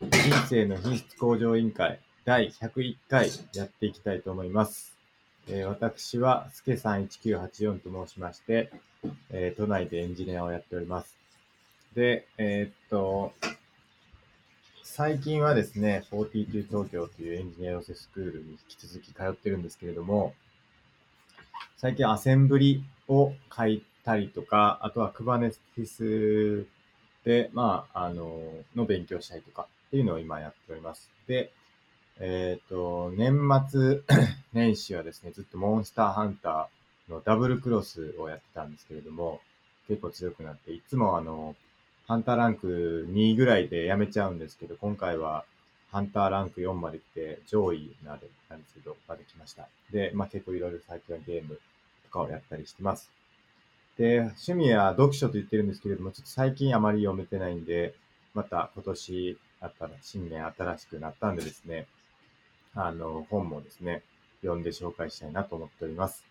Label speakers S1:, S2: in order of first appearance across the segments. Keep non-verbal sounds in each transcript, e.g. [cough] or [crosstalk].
S1: 人生の品質向上委員会第101回やっていきたいと思います。えー私は、すけさん1984と申しまして、えー都内でエンジニアをやっております。で、えーっと、最近はですね、42東京というエンジニア養成スクールに引き続き通ってるんですけれども、最近アセンブリを書いたりとか、あとは Kubernetes で、まあ、あの、の勉強したりとかっていうのを今やっております。で、えっ、と、年末 [coughs] 年始はですね、ずっとモンスターハンターのダブルクロスをやってたんですけれども、結構強くなって、いつもあの、ハンターランク2位ぐらいでやめちゃうんですけど、今回はハンターランク4まで来て、上位まで、なんですけど、まで来ました。で、まあ結構いろいろ最近はゲームとかをやったりしてます。で、趣味は読書と言ってるんですけれども、ちょっと最近あまり読めてないんで、また今年あったら、新年新しくなったんでですね、あの、本もですね、読んで紹介したいなと思っております。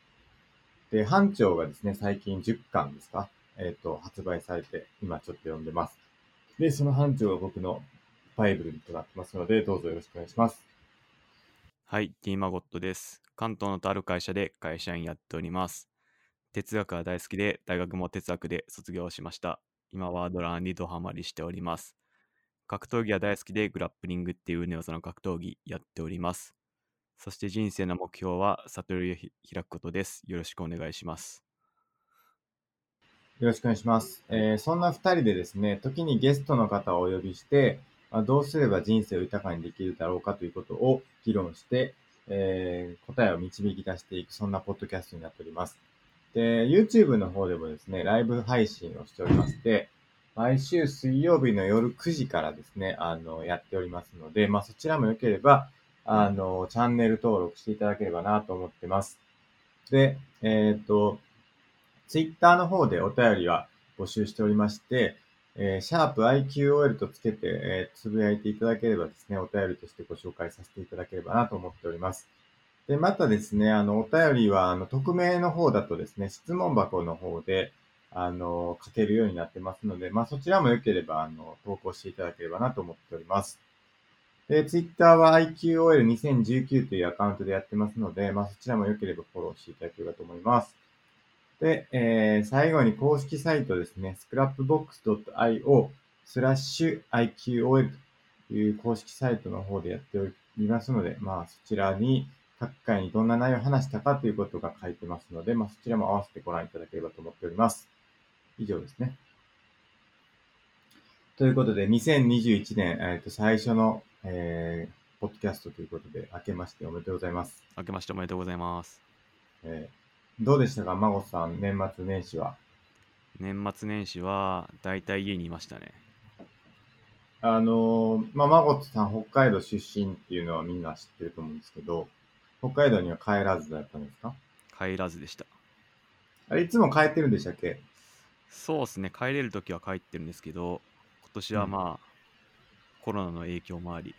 S1: で、班長がですね、最近10巻ですかえっ、と、発売されて、今ちょっと読んでます。で、その班長が僕のバイブルとなってますので、どうぞよろしくお願いします。
S2: はい、ティーマゴットです。関東のとある会社で会社員やっております。哲学は大好きで、大学も哲学で卒業しました。今はアドラーにドハマりしております。格闘技は大好きで、グラップリングっていうネオ技の格闘技やっております。そして人生の目標は悟りをひ開くことです。よろしくお願いします。
S1: よろしくお願いします。えーそんな二人でですね、時にゲストの方をお呼びして、まあ、どうすれば人生を豊かにできるだろうかということを議論して、えー答えを導き出していく、そんなポッドキャストになっております。で、YouTube の方でもですね、ライブ配信をしておりまして、毎週水曜日の夜9時からですね、あの、やっておりますので、まあ、そちらも良ければ、あの、チャンネル登録していただければなと思ってます。で、えっ、と、Twitter の方でお便りは募集しておりまして、えー、シャープ i q o l とつけて、えーつぶやいていただければですね、お便りとしてご紹介させていただければなと思っております。で、またですね、あの、お便りは、あの、匿名の方だとですね、質問箱の方で、あの、書けるようになってますので、まあ、そちらも良ければ、あの、投稿していただければなと思っております。で、Twitter は IQOL2019 というアカウントでやってますので、まあ、そちらも良ければフォローしていただければと思います。で、えー最後に公式サイトですね、scrapbox.io スラッシュ IQOL という公式サイトの方でやっておりますので、まあそちらに各回にどんな内容を話したかということが書いてますので、まあそちらも合わせてご覧いただければと思っております。以上ですね。ということで、2021年、えーと最初の、えーポッドキャストということで、明けましておめでとうございます。
S2: 明けましておめでとうございます。
S1: えーどうでしたか、孫さん、年末年始は。
S2: 年末年始は、だいたい家にいましたね。
S1: あのーまあ、マゴットさん、北海道出身っていうのはみんな知ってると思うんですけど、北海道には帰らずだったんですか
S2: 帰らずでした。
S1: あれ、いつも帰ってるんでしたっけ
S2: そうですね、帰れるときは帰ってるんですけど、今年は
S1: うん
S2: まあ、コロナの影響もあり、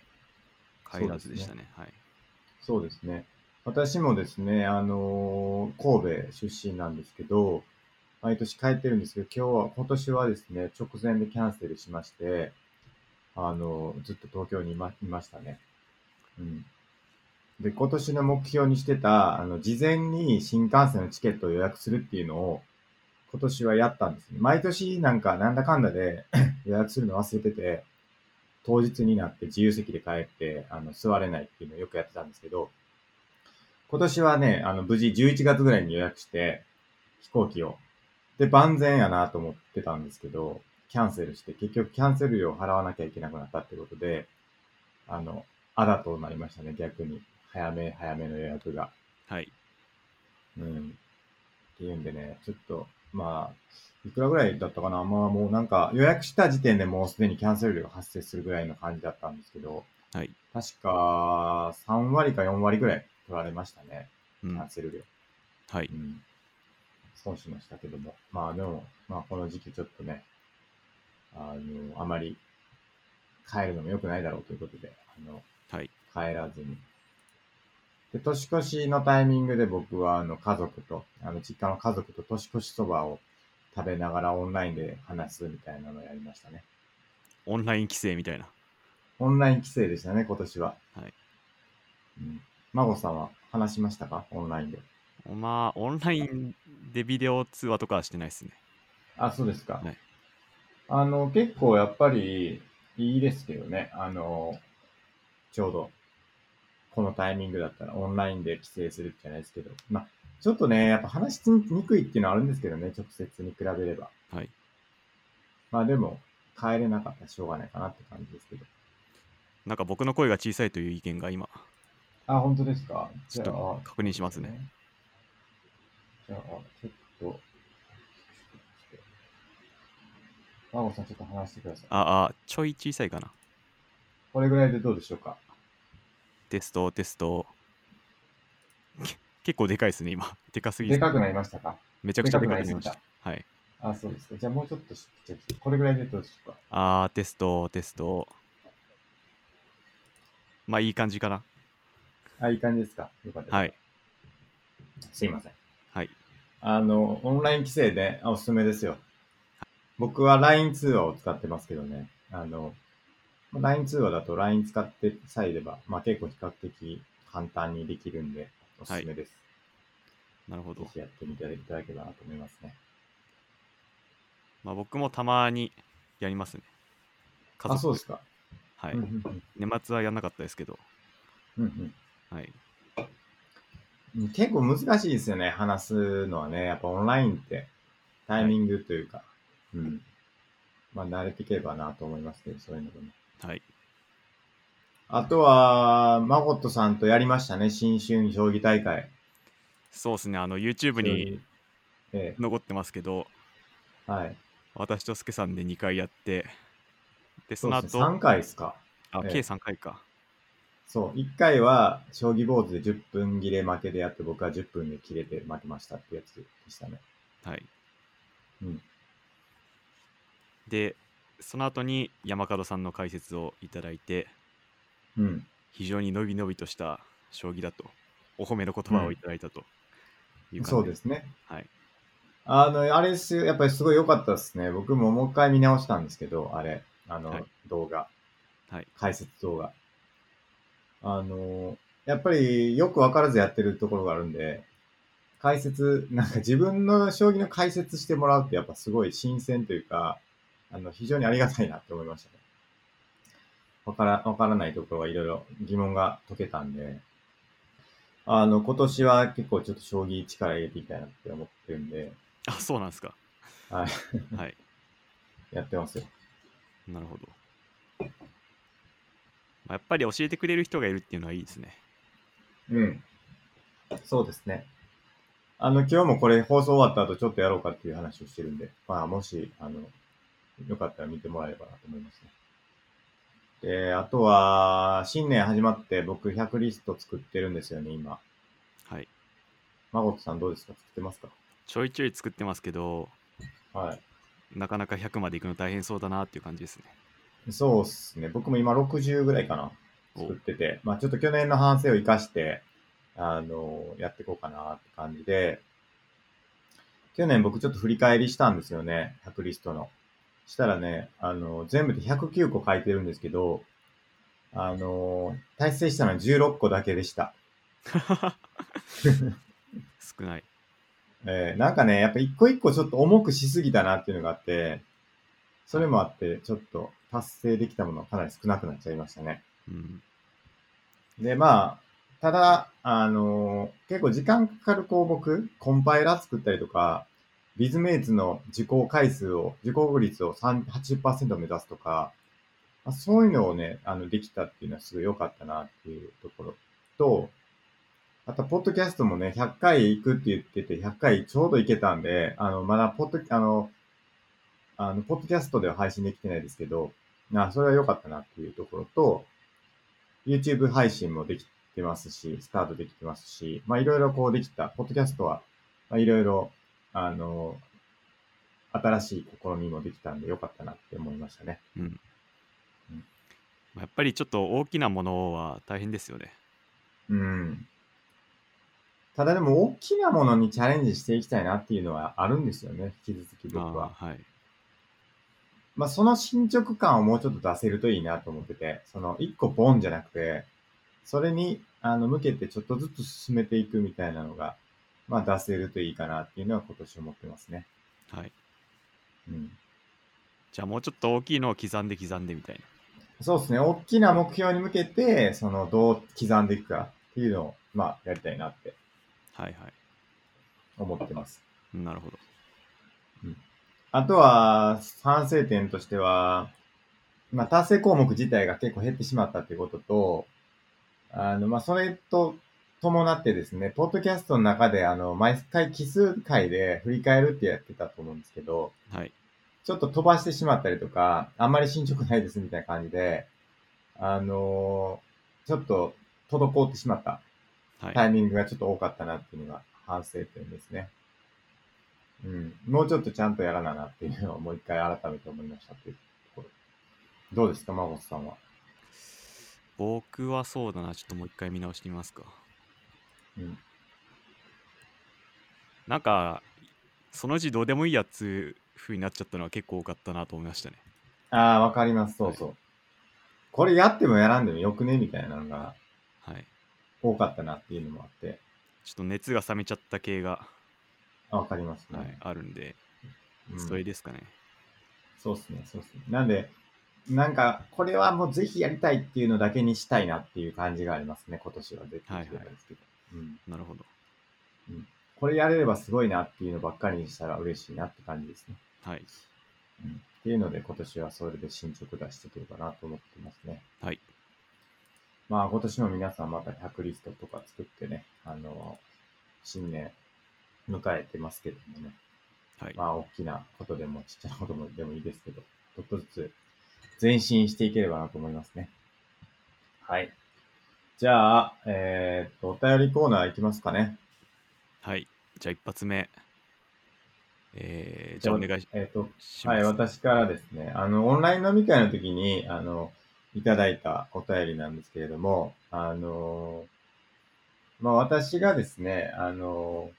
S2: 帰らずでしたね。はい、
S1: そうですね。私もですね、あのー神戸出身なんですけど、毎年帰ってるんですけど、今日は、今年はですね、直前でキャンセルしまして、あのーずっと東京にいまいましたね。うん。で、今年の目標にしてた、あの、事前に新幹線のチケットを予約するっていうのを、今年はやったんですね。毎年なんか、なんだかんだで [coughs] 予約するの忘れてて、当日になって自由席で帰って、あの、座れないっていうのをよくやってたんですけど、今年はね、あの、無事11月ぐらいに予約して、飛行機を。で、万全やなと思ってたんですけど、キャンセルして、結局キャンセル料を払わなきゃいけなくなったってことで、あの、あだとなりましたね、逆に。早め早めの予約が。
S2: はい、
S1: うん。っていうんでね、ちょっと、まあ、いくらぐらいだったかなまあもうなんか予約した時点でもうすでにキャンセル料が発生するぐらいの感じだったんですけど、
S2: はい。
S1: 確か3割か4割ぐらい取られましたね、
S2: う
S1: キ
S2: ん
S1: ャンセル料。
S2: はい、
S1: うん、損しましたけども、まあでも、まあこの時期ちょっとね、あの、あまり帰るのも良くないだろうということで、あの、
S2: はい、
S1: 帰らずに。で、年越しのタイミングで僕は、あの、家族と、あの、実家の家族と年越しそばを食べながらオンラインで話すみたいなのをやりましたね。
S2: オンライン規制みたいな。
S1: オンライン規制でしたね、今年は。
S2: はい。
S1: うん、孫さんは話しましたかオンラインで。
S2: まあ、オンラインでビデオ通話とかはしてないですね。
S1: あ、そうですか。
S2: はい
S1: あの、結構やっぱりいいですけどね。あの、ちょうど、このタイミングだったらオンラインで帰省するじゃないですけど。まあ、ちょっとね、やっぱ話しにくいっていうのはあるんですけどね、直接に比べれば。
S2: はい。
S1: まあでも、帰れなかったらしょうがないかなって感じですけど。
S2: なんか僕の声が小さいという意見が今、
S1: あ、本当ですか
S2: ちょっと
S1: あ
S2: 確認しますね。。
S1: じゃあ、ちょっと、マゴさんちょっと話してください。
S2: ああ、ちょい小さいかな。
S1: これぐらいでどうでしょうか
S2: テスト、テスト。 [laughs] け結構でかいですね、今。でかすぎ
S1: でかくな
S2: り
S1: りましたか
S2: めちゃくちゃでかくなりました
S1: でか。
S2: はい。
S1: あ、そうですか。じゃあもうちょっとしちっちゃくしてこれぐらいでどうでしょうか
S2: あー、テスト、テスト。まあ、いい感じかな。
S1: あ、いい感じですかよかったです。
S2: はい。
S1: すいません。
S2: はい。
S1: あの、オンライン規制であおすすめですよ。僕は LINE 通話を使ってますけどね。あの、LINE 通話だと LINE 使ってさえれば、まあ結構比較的簡単にできるんで、おすすめです。
S2: なるほど
S1: ぜ。ひやってみていただければなと思いますね。
S2: まあ、僕もたまにやりますね。家族
S1: あ、そうですか。
S2: はい、
S1: うんうん
S2: 年末はやんなかったですけど。
S1: うんうん
S2: はい。
S1: うん結構難しいですよね、話すのはね。やっぱオンラインってタイミングというか、うん。まあ慣れていければなと思いますけど、そういうのでも。
S2: はい。
S1: あとは、マゴットさんとやりましたね、新春将棋大会。
S2: そうですね。あの、YouTube に
S1: え
S2: 残ってますけど、
S1: え、はい。
S2: 私とスケさんで2回やって、で、そ
S1: そう
S2: の
S1: です
S2: 後、
S1: ね、3回ですか。
S2: あ、
S1: ええ
S2: 計3回か。
S1: そう、1回は、将棋坊主で10分切れ負けでやって、僕は10分で切れて負けましたってやつでしたね。
S2: はい。
S1: うん
S2: で、その後に山門さんの解説をいただいて、
S1: うん。
S2: 非常に伸び伸びとした将棋だと、お褒めの言葉をいただいたという感じ、。
S1: そうですすね。
S2: はい。
S1: あの、あれですよ、やっぱりすごい良かったですね。僕ももう一回見直したんですけど、あれ、あの、
S2: はい
S1: 動画、
S2: はい。
S1: 解説動画。あの、やっぱりよくわからずやってるところがあるんで、解説、なんか自分の将棋の解説してもらうってやっぱすごい新鮮というか、あの、非常にありがたいなって思いましたね。わから、わからないところがいろいろ疑問が解けたんで、あの、今年は結構ちょっと将棋力入れていきたいなって思ってるんで、
S2: あ、そうなんですか。
S1: はい。
S2: [laughs] はい。
S1: やってますよ。
S2: なるほど。まあやっぱり教えてくれる人がいるっていうのはいいですね。
S1: うん。そうですね。あの、今日もこれ放送終わった後ちょっとやろうかっていう話をしてるんで、まあ、もし、あの、よかったら見てもらえればなと思いますね。で、あとは、新年始まって僕100リスト作ってるんですよね、今。
S2: はい。
S1: まごとさんどうですか作ってますか
S2: ちょいちょい作ってますけど、
S1: は
S2: なかなか100まで行くの大変そうだなっていう感じ
S1: [laughs]
S2: ですね。
S1: い。そうっすね。僕も今60ぐらいかな。
S2: お
S1: 作ってて、まあちょっと去年の反省を生かして、あの、やっていこうかなって感じで、去年僕ちょっと振り返りしたんですよね、100リストの。したらね、あの、全部で109個書いてるんですけど、あの、達成したのは16個だけでした。
S2: 少ない。
S1: えーなんかね、やっぱ一個一個ちょっと重くしすぎたなっていうのがあって、それもあって、ちょっと達成できたものはかなり少なくなっちゃいましたね。
S2: うん。
S1: で、まあ、ただ、あのー結構時間かかる項目、コンパイラ作ったりとか、ビズメイツの受講回数を、受講率を3 80%目指すとか、まあ、そういうのをね、あの、できたっていうのはすごい良かったなっていうところと、あと、ポッドキャストもね、100回行くって言ってて、100回ちょうど行けたんで、あの、まだ、ポッド、あの、あの、ポッドキャストでは配信できてないですけど、なそれは良かったなっていうところと、YouTube 配信もできてますし、スタートできてますし、まあいろいろこうできた、ポッドキャストは、まあいろいろ、あの、新しい試みもできたんでよかったなって思いましたね。
S2: まあやっぱりちょっと大きなものは大変ですよね。
S1: うん。ただでも大きなものにチャレンジしていきたいなっていうのはあるんですよね、引き続き僕は。
S2: あーはい。
S1: まあ、その進捗感をもうちょっと出せるといいなと思ってて、その一個ボンじゃなくて、それにあの向けてちょっとずつ進めていくみたいなのが、まあ、出せるといいかなっていうのは今年思ってますね。
S2: はい。
S1: うん、
S2: じゃあもうちょっと大きいのを刻んで刻んでみたいな。
S1: そうですね。大きな目標に向けて、そのどう刻んでいくかっていうのを、まあ、やりたいなって
S2: はいはい。
S1: 思ってます。
S2: なるほど。
S1: あとは、反省点としては、まあ、達成項目自体が結構減ってしまったっていうことと、あの、まあ、それと伴ってですね、ポッドキャストの中で、あの、毎回奇数回で振り返るってやってたと思うんですけど、
S2: はい。
S1: ちょっと飛ばしてしまったりとか、あんまり進捗ないですみたいな感じで、あのーちょっと滞ってしまった
S2: はい。
S1: タイミングがちょっと多かったなっていうのが反省点ですね。うん。もうちょっとちゃんとやらななっていうのをもう一回改めて思いましたっていうところ。どうですか、マゴスさんは。
S2: 僕はそうだな。ちょっともう一回見直してみますか。
S1: うん。
S2: なんか、そのうちどうでもいいやつ風になっちゃったのは結構多かったなと思いましたね。
S1: ああ、わかります。そうそう。これやってもやらんでもよくねみたいなのが
S2: はい。
S1: 多かったなっていうのもあって、
S2: ちょっと熱が冷めちゃった系が、
S1: あわかりますね。
S2: はい、あるんで、
S1: うん
S2: それですかね。
S1: そうですね、そうですね。なんで、なんか、これはもうぜひやりたいっていうのだけにしたいなっていう感じがありますね、今年は絶対してないですけど。うん
S2: なるほど。
S1: これやれればすごいなっていうのばっかりにしたら嬉しいなって感じですね。
S2: はい。
S1: うん、っていうので今年はそれで進捗出していければなと思ってますね。
S2: はい。
S1: まあ今年も皆さんまた100リストとか作ってね、あの、新年迎えてますけどもね、
S2: はい。
S1: まあ大きなことでもちっちゃなことでもいいですけど、ちょっとずつ前進していければなと思いますね。はい。じゃあ、えー、っと、お便りコーナーいきますかね。
S2: はい。じゃあ一発目。えー、じゃあお願いし
S1: えーっと、
S2: しま
S1: は
S2: す。
S1: い、私からですね、あの、オンライン飲み会の時に、あの、いただいたお便りなんですけれども、あの、まあ、私がですね、あの、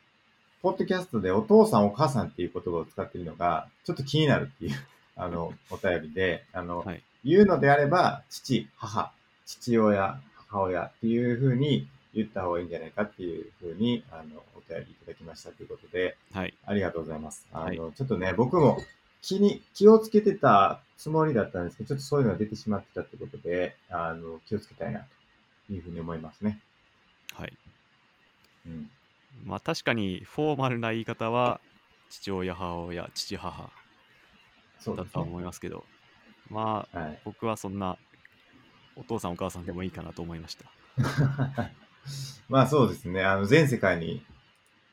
S1: ポッドキャストでお父さんお母さんっていう言葉を使っているのが、ちょっと気になるっていう、 [laughs] あの、お便りで、あの、
S2: はい。
S1: 言うのであれば、父、母、父親、母親っていう風に言った方がいいんじゃないかっていう風に、あの、お便りいただきましたということで、
S2: はい。
S1: ありがとうございます。あ
S2: はい
S1: の、ちょっとね、僕も気に、気をつけてたつもりだったんですけど、ちょっとそういうのが出てしまってたってことで、あの、気をつけたいな、というふうに思いますね。
S2: はい。
S1: うん。
S2: まあ確かにフォーマルな言い方は、父親、母親、父、母
S1: そう
S2: だ
S1: で
S2: と
S1: す
S2: は
S1: ね。
S2: 思いますけど、まあ
S1: はい。 [laughs]
S2: 僕はそんなお父さんお母さんでもいいかなと思いました。
S1: まあそうですね。あの、全世界に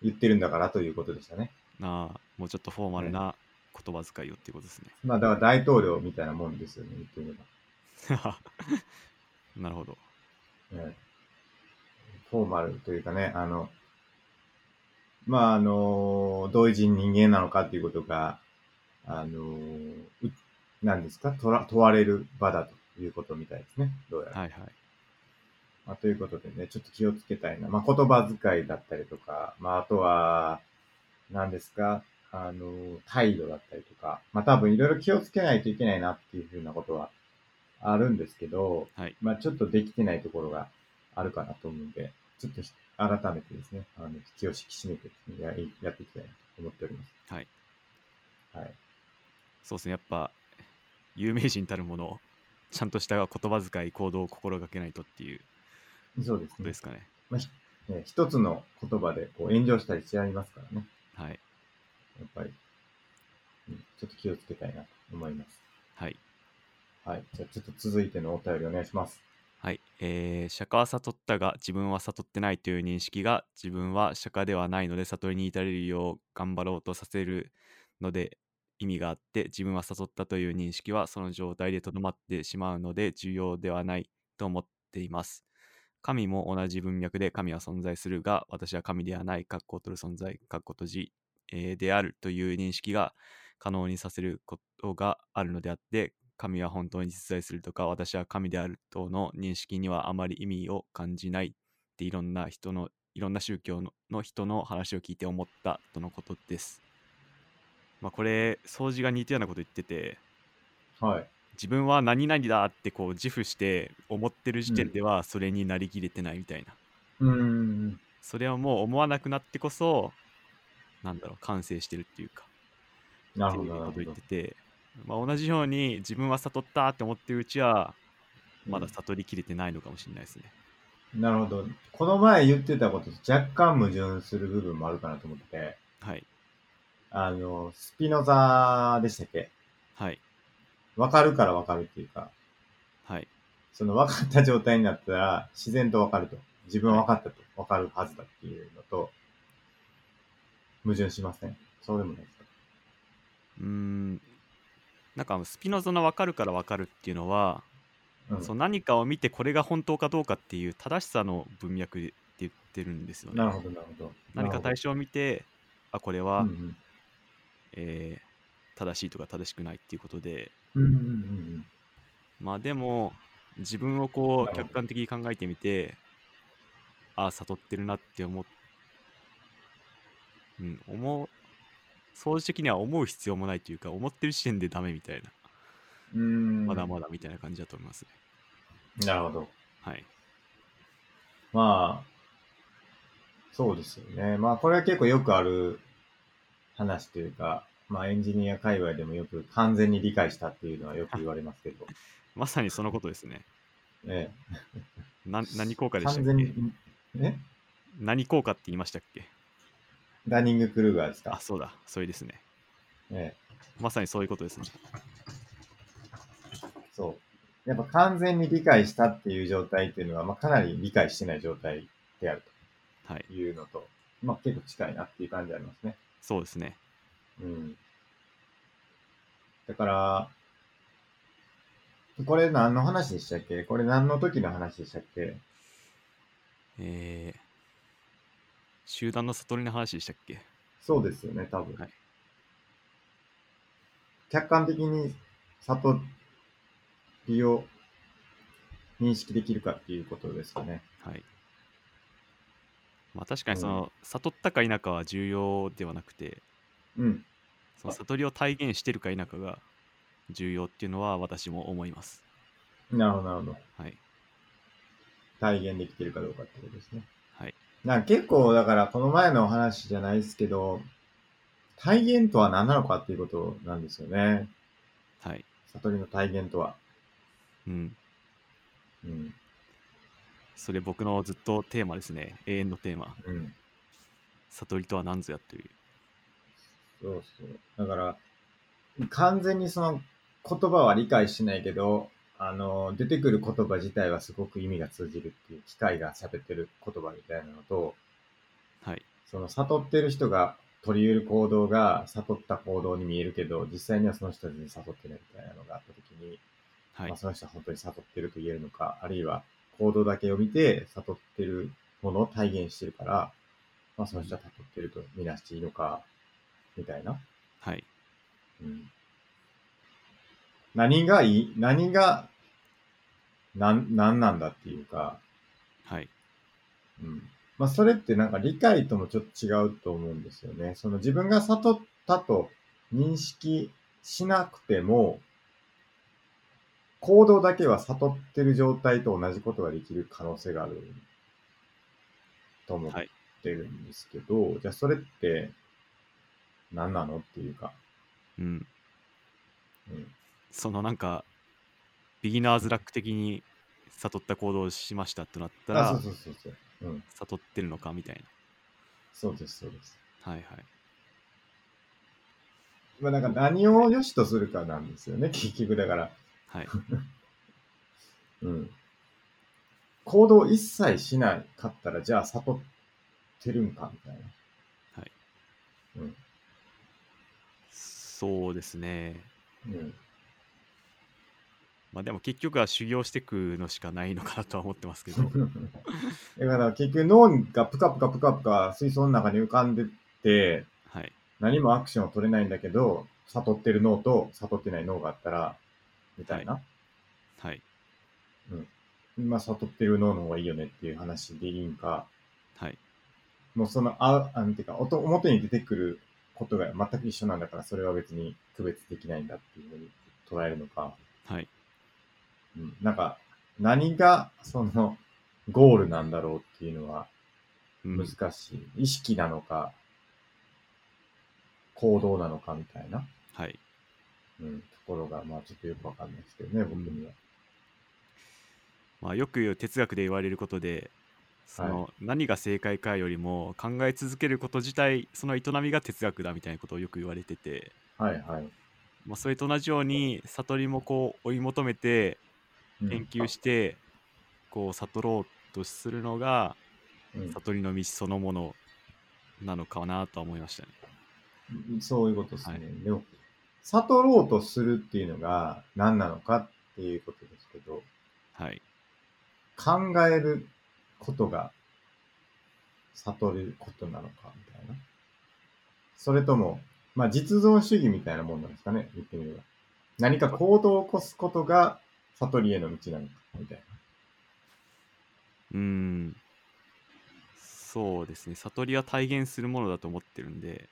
S1: 言ってるんだからということでしたね。
S2: なあ、もうちょっとフォーマルな言葉遣いをっていうことですね。
S1: まあだから大統領みたいなもんですよね、言ってみれば。
S2: [laughs] なるほど。
S1: うんフォーマルというかね、あの、まあ、あの、同一人間なのかっていうことが、あの、う何ですか問ら問われる場だということみたいですね。どうやら。
S2: はいはい。
S1: まあ、ということでね、ちょっと気をつけたいな。まあ、言葉遣いだったりとか、まあ、あとは、何ですかあの、態度だったりとか、まあ、多分いろいろ気をつけないといけないなっていうふうなことはあるんですけど、
S2: はい
S1: まあ、ちょっとできてないところがあるかなと思うんで、ちょっとひ改めてですね、あの、気を引き締めてですね、ややっていきたいなと思っております。
S2: はい。
S1: はい。
S2: そうですね、やっぱ有名人たるもの、ちゃんとした言葉遣い、行動を心がけないとっていう
S1: そうで
S2: こ
S1: す
S2: と
S1: ね
S2: で。すかね。
S1: まあひね一つの言葉でこう炎上したりしありますからね。
S2: はい。
S1: やっぱり、うんちょっと気をつけたいなと思います。
S2: はい。
S1: はい。じゃあ、ちょっと続いてのお便りお願いします。
S2: はい。えー、釈迦は悟ったが自分は悟ってないという認識が自分は釈迦ではないので悟りに至れるよう頑張ろうとさせるので意味があって自分は悟ったという認識はその状態でとどまってしまうので重要ではないと思っています。神も同じ文脈で神は存在するが私は神ではない、格好を取る存在、格好閉じ、えーであるという認識が可能にさせることがあるのであって神は本当に実在するとか私は神であるとの認識にはあまり意味を感じないっていろんな人のいろんな宗教のの人の話を聞いて思ったとのことです。まあこれ掃除が似たようなこと言ってて
S1: はい。
S2: 自分は何々だってこう自負して思ってる時点ではそれになりきれてないみたいな、
S1: うーん。
S2: それはもう思わなくなってこそなんだろう完成してるっていうか
S1: な
S2: っ
S1: るほ
S2: ていう
S1: ど、な
S2: こ
S1: るほ
S2: と
S1: ど
S2: を言って。て、まあ、同じように自分は悟ったって思ってるうちはまだ悟りきれてないのかもしれないですね、
S1: なるほど。この前言ってたことと若干矛盾する部分もあるかなと思ってて、
S2: はい
S1: あの、スピノザでしたっけ
S2: はい
S1: わかるからわかるっていうか、
S2: はい
S1: その分かった状態になったら自然とわかると。自分は分かったと。わかるはずだっていうのと、矛盾しません。そうでもないですか。
S2: うーんなんかスピノザの分かるから分かるっていうのは、
S1: うん。
S2: そう何かを見てこれが本当かどうかっていう正しさの文脈って言ってるんですよね
S1: なるほど、なるほど。
S2: 何か対
S1: 象
S2: 象を見てあこれは、
S1: うんうん
S2: えー正しいとか正しくないっていうことで
S1: うんうんうん
S2: まあでも自分をこ
S1: なるほ
S2: う
S1: ど
S2: 客観的に考えてみてああ悟ってるなって思う、うん、思う総じ的には思う必要もないというか思ってる時点でダメみたいな
S1: うん。うーん。
S2: まだまだみたいな感じだと思いますね、
S1: なるほど。
S2: はい
S1: まあ、そうですよね。まあ、これは結構よくある話というか、まあ、エンジニア界隈でもよく完全に理解したっていうのはよく言われますけど、
S2: まさにそのことですね
S1: え
S2: な何効果
S1: え、
S2: でし
S1: 完
S2: たっ
S1: 全
S2: け
S1: に、え
S2: 何効果って言いましたっけ
S1: ダニング・クルーガーです
S2: あ
S1: か。
S2: そうだそれですね
S1: え
S2: まさにそういうことですね
S1: え、そう。やっぱ完全に理解したっていう状態っていうのは、まあ、かなり理解してない状態である
S2: はい
S1: というのと、まあ、結構近いなっていう感じありますね。
S2: そうですね
S1: うん。だから、これ何の話でしたっけこれ何の時の話でしたっけ
S2: えー、集団の悟りの話でしたっけ
S1: そうですよね、多分。
S2: はい
S1: 客観的に悟りを認識できるかっていうことですかね。
S2: はい。まあ確かに
S1: うん
S2: その、悟ったか否かは重要ではなくて、
S1: うん。
S2: その悟りを体現してるか否かが重要っていうのは私も思います。
S1: なるほど、なるほど。
S2: はい。
S1: 体現できてるかどうかってことですね。
S2: はい。
S1: なんか結構、だからこの前のお話じゃないですけど、体現とは何なのかっていうことなんですよね。
S2: はい。
S1: 悟りの体現とは。
S2: うん。
S1: うん。
S2: それ僕のずっとテーマですね。永遠のテーマ。
S1: うん。
S2: 悟りとは何ぞやという。
S1: そうそう。だから、完全にその言葉は理解してないけど、あの、出てくる言葉自体はすごく意味が通じるっていう、機械が喋ってる言葉みたいなのと、
S2: はい。
S1: その悟ってる人が取り得る行動が悟った行動に見えるけど、実際にはその人たちに悟ってないみたいなのがあった時に、
S2: はい
S1: まあ、。その人は本当に悟ってると言えるのか、あるいは行動だけを見て悟ってるものを体現してるから、まあ、その人は悟ってると見なしていいのか、みたいな。
S2: はい。
S1: うん何がいい何が、なん、なんなんだっていうか、
S2: はい。
S1: うん。まあ、それってなんか理解ともちょっと違うと思うんですよね。その自分が悟ったと認識しなくても、行動だけは悟ってる状態と同じことができる可能性があると思ってるんですけど、じゃあそれって何なのっていうか、
S2: うん。
S1: うん。
S2: そのなんか、ビギナーズラック的に悟った行動をしましたとなった
S1: あ、
S2: ら
S1: そう、そうそうそう。うん。
S2: 悟ってるのかみたい
S1: そうです、そうです。
S2: な。はいはい。
S1: まあなんか何を良しとするかなんですよね、 [laughs] 結局だから。
S2: はい。
S1: うん。行動一切しなかったら、じゃあ悟ってるんか、みたいな。
S2: はい。
S1: うん。
S2: そうですね。
S1: うん。。
S2: まあでも結局は修行してくのしかないのかなとは思ってますけど
S1: [laughs] [laughs] だから結局脳がプカプカプカプカ水槽の中に浮かんでて、
S2: はい。
S1: 何もアクションを取れないんだけど、悟ってる脳と悟ってない脳があったら、みたいな。
S2: はい。
S1: まあ悟ってる脳の方がいいよねっていう話でいいんか、
S2: はい。
S1: もうその、あ、あの、てか、おと表に出てくることが全く一緒なんだから、それは別に区別できないんだっていうふうに捉えるのか、
S2: はい。
S1: うん、なんか、何が、その、ゴールなんだろうっていうのは
S2: うん
S1: 難しい。意識なのか、行動なのかみたいな、
S2: はい。
S1: うん、ところが、まあちょっとよくわかんないですけどね、僕には。
S2: まあ、よく哲学で言われることでその、何が正解かよりも考え続けること自体その営みが哲学だみたいなことをよく言われてて、
S1: はいはい。
S2: まあ、それと同じように悟りもこう追い求めて
S1: うん
S2: 研究して、こう悟ろうとするのが
S1: うん
S2: 悟りの道そのものなのかなとは思いましたね。
S1: そういうことですね。
S2: はい
S1: でも、悟ろうとするっていうのが何なのかっていうことですけど、
S2: はい、
S1: 考えることが悟ることなのかみたいな。それとも、まあ実存主義みたいなもんなんですかね、言ってみれば。何か行動を起こすことが悟りへの道なのかみたいな。
S2: うーんそうですね悟りは体現するものだと思ってるんで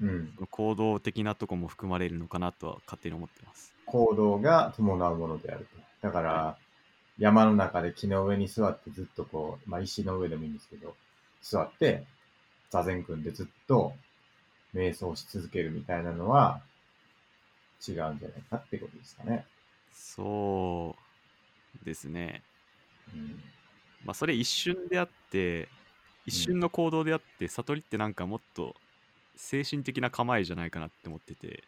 S1: うん。
S2: 行動的なとこも含まれるのかなとは勝手に思ってます。
S1: 行動が伴うものであると。だから、山の中で木の上に座ってずっとこう、まあ石の上でもいいんですけど、座って座禅組んでずっと瞑想し続けるみたいなのは違うんじゃないかってことですかね。
S2: そうですね。
S1: うん
S2: まあそれ一瞬であって、一瞬の行動であって、悟りってなんかもっと精神的な構えじゃないかなって思ってて、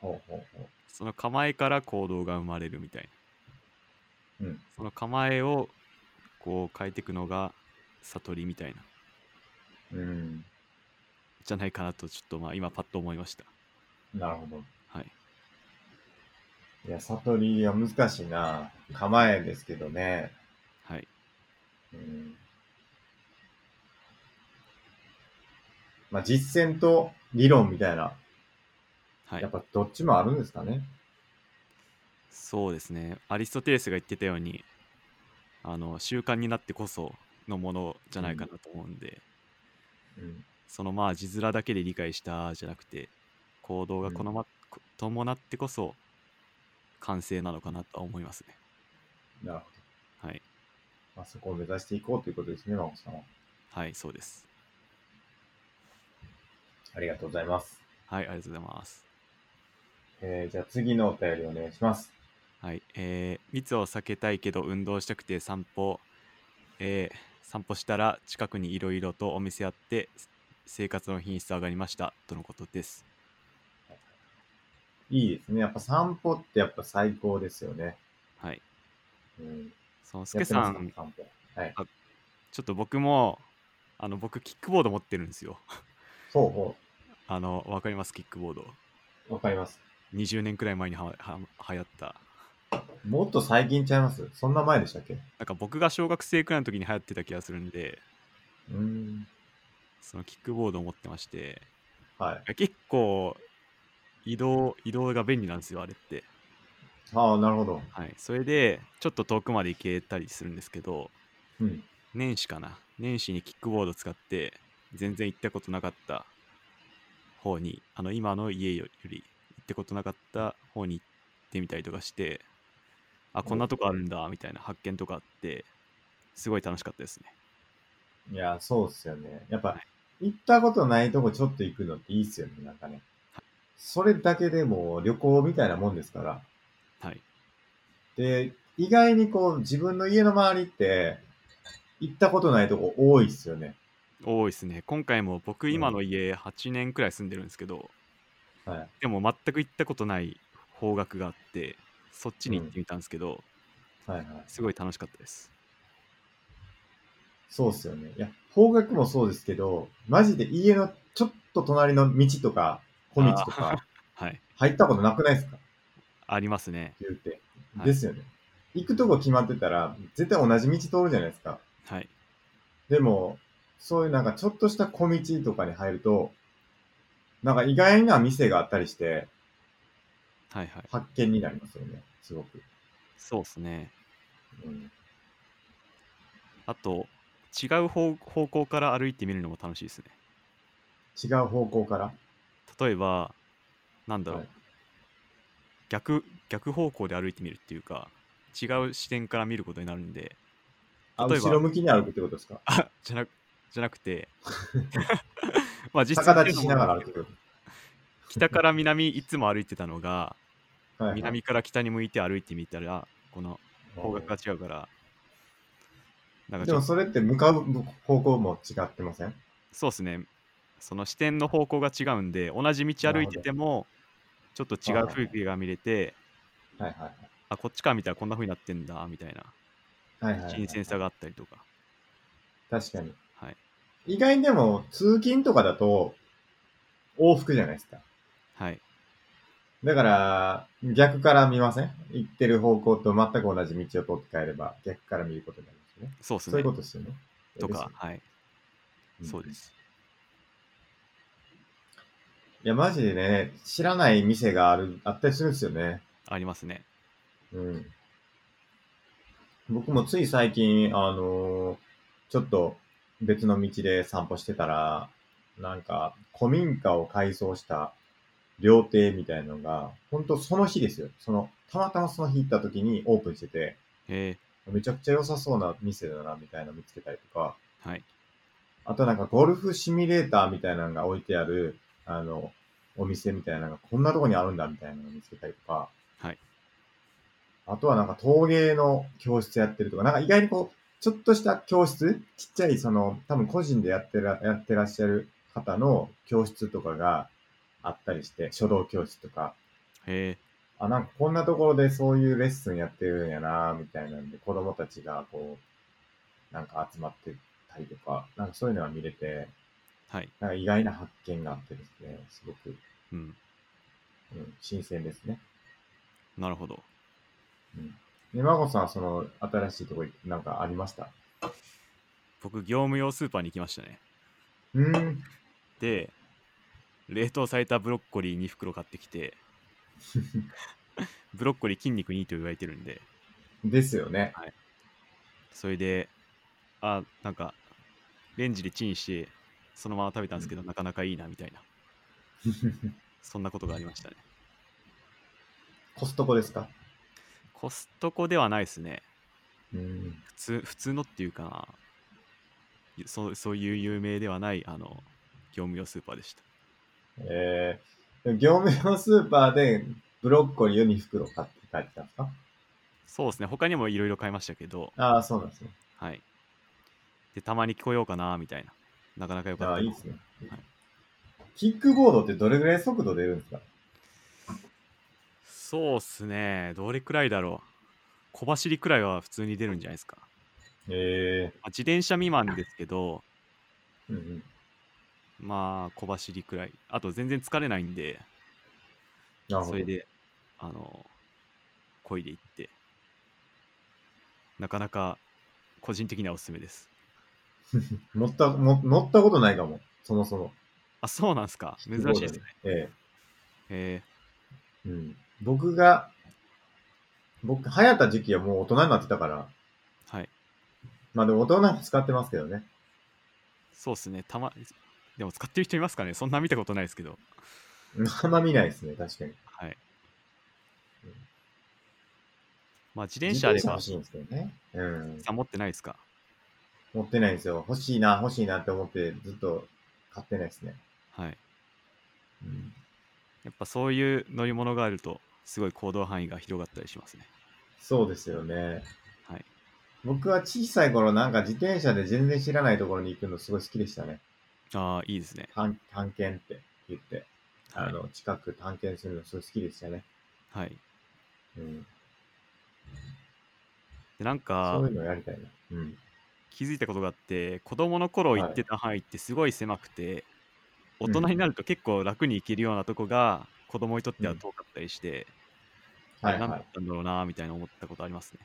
S1: ほうほうほ
S2: その構えから行動が生まれるみたいな。
S1: うん
S2: その構えをこう変えていくのが悟りみたいな、
S1: う。うん。
S2: じゃないかなとちょっとまあ今パッと思いました。
S1: なるほど。
S2: はい。
S1: いや、悟りは難しいな。構えですけどね。
S2: はい。
S1: うん。まあ、実践と理論みたいな、
S2: はい
S1: やっ。ぱどっちもあるんですかね。
S2: そうですねアリストテレスが言ってたようにあの習慣になってこそのものじゃないかなと思うんで、
S1: うん。
S2: そのまあ字面だけで理解したじゃなくて行動がこの、まこ伴ってこそ完成なのかなとは思いますね
S1: なるほど。
S2: はい
S1: まあ、そこを目指していこうということですね、真帆さんは。
S2: はいそうです
S1: ありがとうございます。
S2: はいありがとうございます
S1: えー、じゃあ次のお便りお願いします。
S2: はいえー、密を避けたいけど運動したくて散歩えー散歩したら近くにいろいろとお店あって生活の品質上がりましたとのことです
S1: いいですね。やっぱ散歩ってやっぱ最高ですよね。
S2: はい
S1: うん。
S2: そのす
S1: や
S2: け
S1: って
S2: さ
S1: ますか
S2: ん
S1: 散歩。はい。
S2: ちょっと僕も、あの、僕、キックボード持ってるんですよ。 [laughs]
S1: そうほ
S2: あの、わかります、キックボード。
S1: う。わかります。
S2: 20年くらい前にはは流行った。
S1: もっと最近ちゃいますそんな前でしたっけう
S2: なんか僕が小学生くらいの時に流行ってた気がするんで、
S1: ーん。
S2: そのキックボードを持ってまして、
S1: はい。
S2: 結構、移動、移動が便利なんですよ、あれって。
S1: ああ、なるほど。
S2: はい。それで、ちょっと遠くまで行けたりするんですけど、
S1: うん。
S2: 年始かな。年始にキックボード使って、全然行ったことなかった方に、あの、今の家より行ったことなかった方に行ってみたりとかして、あ、こんなとこあるんだ、みたいな発見とかあって、すごい楽しかったですね。
S1: いや、そうっすよね。やっ
S2: は
S1: ぱ、行ったことないとこちょっと行くのっていいっすよね、なんかね。それだけでもう旅行みたいなもんですから。
S2: はい。
S1: で、意外にこう、自分の家の周りって、行ったことないとこ多いっすよね。
S2: 多いですね。今回も僕、
S1: うん
S2: 今の家8年くらい住んでるんですけど、
S1: はい。
S2: でも全く行ったことない方角があって、そっちに行ってみたんですけど、
S1: はいはい。
S2: すごい楽しかったです。
S1: そうっすよね。いや、方角もそうですけど、マジで家のちょっと隣の道とか、小道とか、
S2: はい。
S1: 入ったことなくないですか
S2: ありますね。
S1: 言うて。
S2: はい
S1: ですよね。行くとこ決まってたら、絶対同じ道通るじゃないですか。
S2: はい。
S1: でも、そういうなんかちょっとした小道とかに入ると、なんか意外な店があったりして、
S2: はいはい。
S1: 発見になりますよね。すごく。
S2: そうですね。
S1: うん、
S2: あと、違う方方向から歩いてみるのも楽しいですね。
S1: 違う方向から。
S2: 例えば、なんだろう、
S1: はい
S2: 逆逆方向で歩いてみるっていうか違う視点から見ることになるんで
S1: あ
S2: 例えば
S1: 後ろ向きに歩くってことですか
S2: あじゃなくじゃな
S1: [laughs]
S2: くてまあ実
S1: 逆立ちしながら歩くってこ
S2: 北から南いつも歩いてたのが
S1: と。はいはい
S2: 南から北に向いて歩いてみたらこの方角が違うからなんかち
S1: で
S2: ょ
S1: も
S2: っと
S1: それって向かう方向も違ってません
S2: そうですねその視点の方向が違うんで同じ道歩いててもちょっと違う風景が見れて
S1: はいはい
S2: あこっちから見たらこんな風になってんだみたいな
S1: はい。はいはいはい
S2: 新鮮さがあったりとか
S1: 確かに。
S2: はい
S1: 意外にでも、通勤とかだと、往復じゃないですか。
S2: はい
S1: だから、逆から見ません行ってる方向と全く同じ道を通って帰れば、逆から見ることになりますよね。
S2: そうです
S1: そうい
S2: ね
S1: うことですよね。
S2: と
S1: ですよ
S2: か
S1: ね、
S2: はい、そうで。
S1: ん
S2: す。
S1: いや、マジでね、知らない店がある、あったりするんですよね。
S2: ありますね。
S1: うん。僕もつい最近、あのーちょっと別の道で散歩してたら、なんか、古民家を改装した料亭みたいのが、ほんとその日ですよ。その、たまたまその日行った時にオープンしてて、
S2: え
S1: めちゃくちゃ良さそうな店だな、みたいなの見つけたりとか、
S2: ー、はい。
S1: あとなんかゴルフシミュレーターみたいなのが置いてある、あの、お店みたいなのがこんなとこにあるんだみたいなのを見つけたりとか。
S2: はい。
S1: あとはなんか陶芸の教室やってるとか、なんか意外にこう、ちょっとした教室、ちっちゃいその、多分個人でやってら、やってらっしゃる方の教室とかがあったりして、書道教室とか。
S2: え
S1: あ、なんかこんなところでそういうレッスンやってるんやなみたいなんで、子供たちがこう、なんか集まってたりとか、なんかそういうのが見れて、
S2: ー、はい。
S1: なんか意外な発見があってですね、すごく、
S2: うん。
S1: うん、新鮮ですね。
S2: なるほど。
S1: うん。で、まこさんはその、新しいとこなんかありました
S2: 僕、業務用スーパーに行きましたね。
S1: うーん。
S2: で、冷凍されたブロッコリー2袋買って
S1: [laughs]
S2: きて、ブロッコリー筋肉にいいと言われてるんで、
S1: ですよね。 [laughs]
S2: それで、あ、なんか、レンジでチンして、そのまま食べたんですけど、なかなかいいなみたいな、そんなことがありましたね。
S1: コストコですか
S2: コストコではないですね。
S1: うん。
S2: 普通普通のっていうかそうそういう有名ではないあの業務用スーパーでした
S1: えー、業務用スーパーでブロッコリーを2袋買って帰ってきたんですか
S2: そうですね他にもいろいろ買いましたけど
S1: ああ、そうなんですね。
S2: はいでたまに来ようかなみたいななかなか良
S1: あ
S2: かっ
S1: あ、
S2: た
S1: いいですね
S2: はい。
S1: キックボードってどれぐらい速度出るんですか
S2: そうっすねどれくらいだろう小走りくらいは普通に出るんじゃないですか、
S1: え
S2: まあ自転車未満ですけど
S1: えー。うんうん。
S2: まあ小走りくらいあと全然疲れないんで
S1: なるほ
S2: そ
S1: ど
S2: れ。であの漕いでいってなかなか個人的にはおすすめです
S1: 乗った、も乗ったことないかも。そもそも。
S2: あ、そうなんですか。珍しいですね。
S1: ええ
S2: え
S1: うん僕が、僕、流行った時期はもう大人になってたから、
S2: ーはい。
S1: まあでも大人も使ってますけどね。
S2: そうですね。たま、でも使ってる人いますかねそんな見たことないですけど。
S1: あんま見ないですね、確かに。
S2: はい
S1: うん。
S2: まあ、自転車あれ
S1: 自
S2: ば、
S1: 欲しいんですけどね。うん。
S2: さ持ってないですか
S1: 持ってないんですよ。欲しいな、欲しいなって思ってずっと買ってないですね。
S2: はい。
S1: うん、
S2: やっぱそういう乗り物があると、すごい行動範囲が広がったりしますね。
S1: そうですよね。
S2: はい。
S1: 僕は小さい頃なんか自転車で全然知らないところに行くのすごい好きでしたね。
S2: ああ、いいですね。
S1: 探探検って言って、
S2: は
S1: あ
S2: い。
S1: の、近く探検するのすごい好きでしたね。
S2: はい、
S1: うん。
S2: でなん
S1: そ
S2: か
S1: ういうのやりたいな。うん。
S2: 気づいたことがあって子供の頃行ってた範囲ってすごい狭くて、
S1: うん
S2: 大人になると結構楽に行けるようなとこが子供にとっては遠かったりして、
S1: はい
S2: 何だ
S1: は
S2: っ
S1: い。
S2: たんだろうなみたいな思ったことありますね。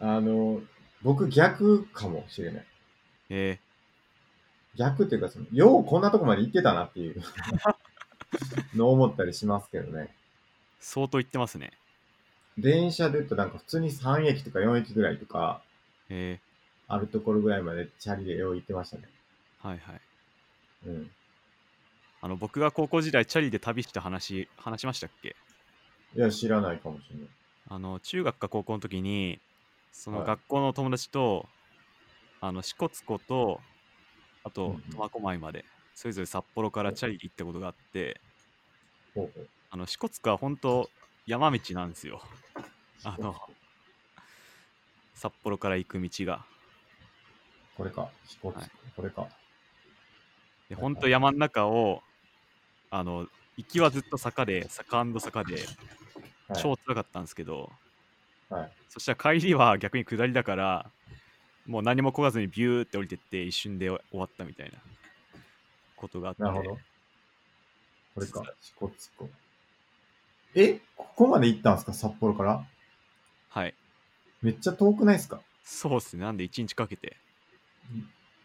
S1: あの、僕逆かもしれない。
S2: え
S1: 逆っていうか、その、ようこんなとこまで行ってたなっていう
S2: [laughs]
S1: のを思ったりしますけどね。
S2: ー、相当行ってますね。
S1: 電車で言うとなんか普通に3駅とか4駅ぐらいとか、
S2: え
S1: あるところぐらいまでチャリでよう行ってましたね。
S2: ー、はいはい。
S1: うん。
S2: あの僕が高校時代チャリで旅した話話しましたっけ
S1: いや、知らないかもしれない。
S2: あの中学か高校の時にその
S1: はい
S2: 学校の友達と、あの支笏湖と
S1: う
S2: あ
S1: ん
S2: と
S1: うん
S2: 苫小牧までそれぞれ札幌からチャリで行ったことがあって
S1: ほうほう。
S2: あの支笏湖は本当山道なんですよあの札幌から行く道が
S1: これか。四国、
S2: はい
S1: これか。
S2: で
S1: はい
S2: 本当山の中をあの行きはずっと坂で坂坂で
S1: はい
S2: 超辛かったんですけど、
S1: はい
S2: そしたら帰りは逆に下りだから、もう何も焦がずにビューって降りてって一瞬で終わったみたいなことがあって。
S1: なるほど。これか。四国湖。えここまで行ったんですか札幌から
S2: はい。
S1: めっちゃ遠くないですか
S2: そうですね。なんで1日かけて。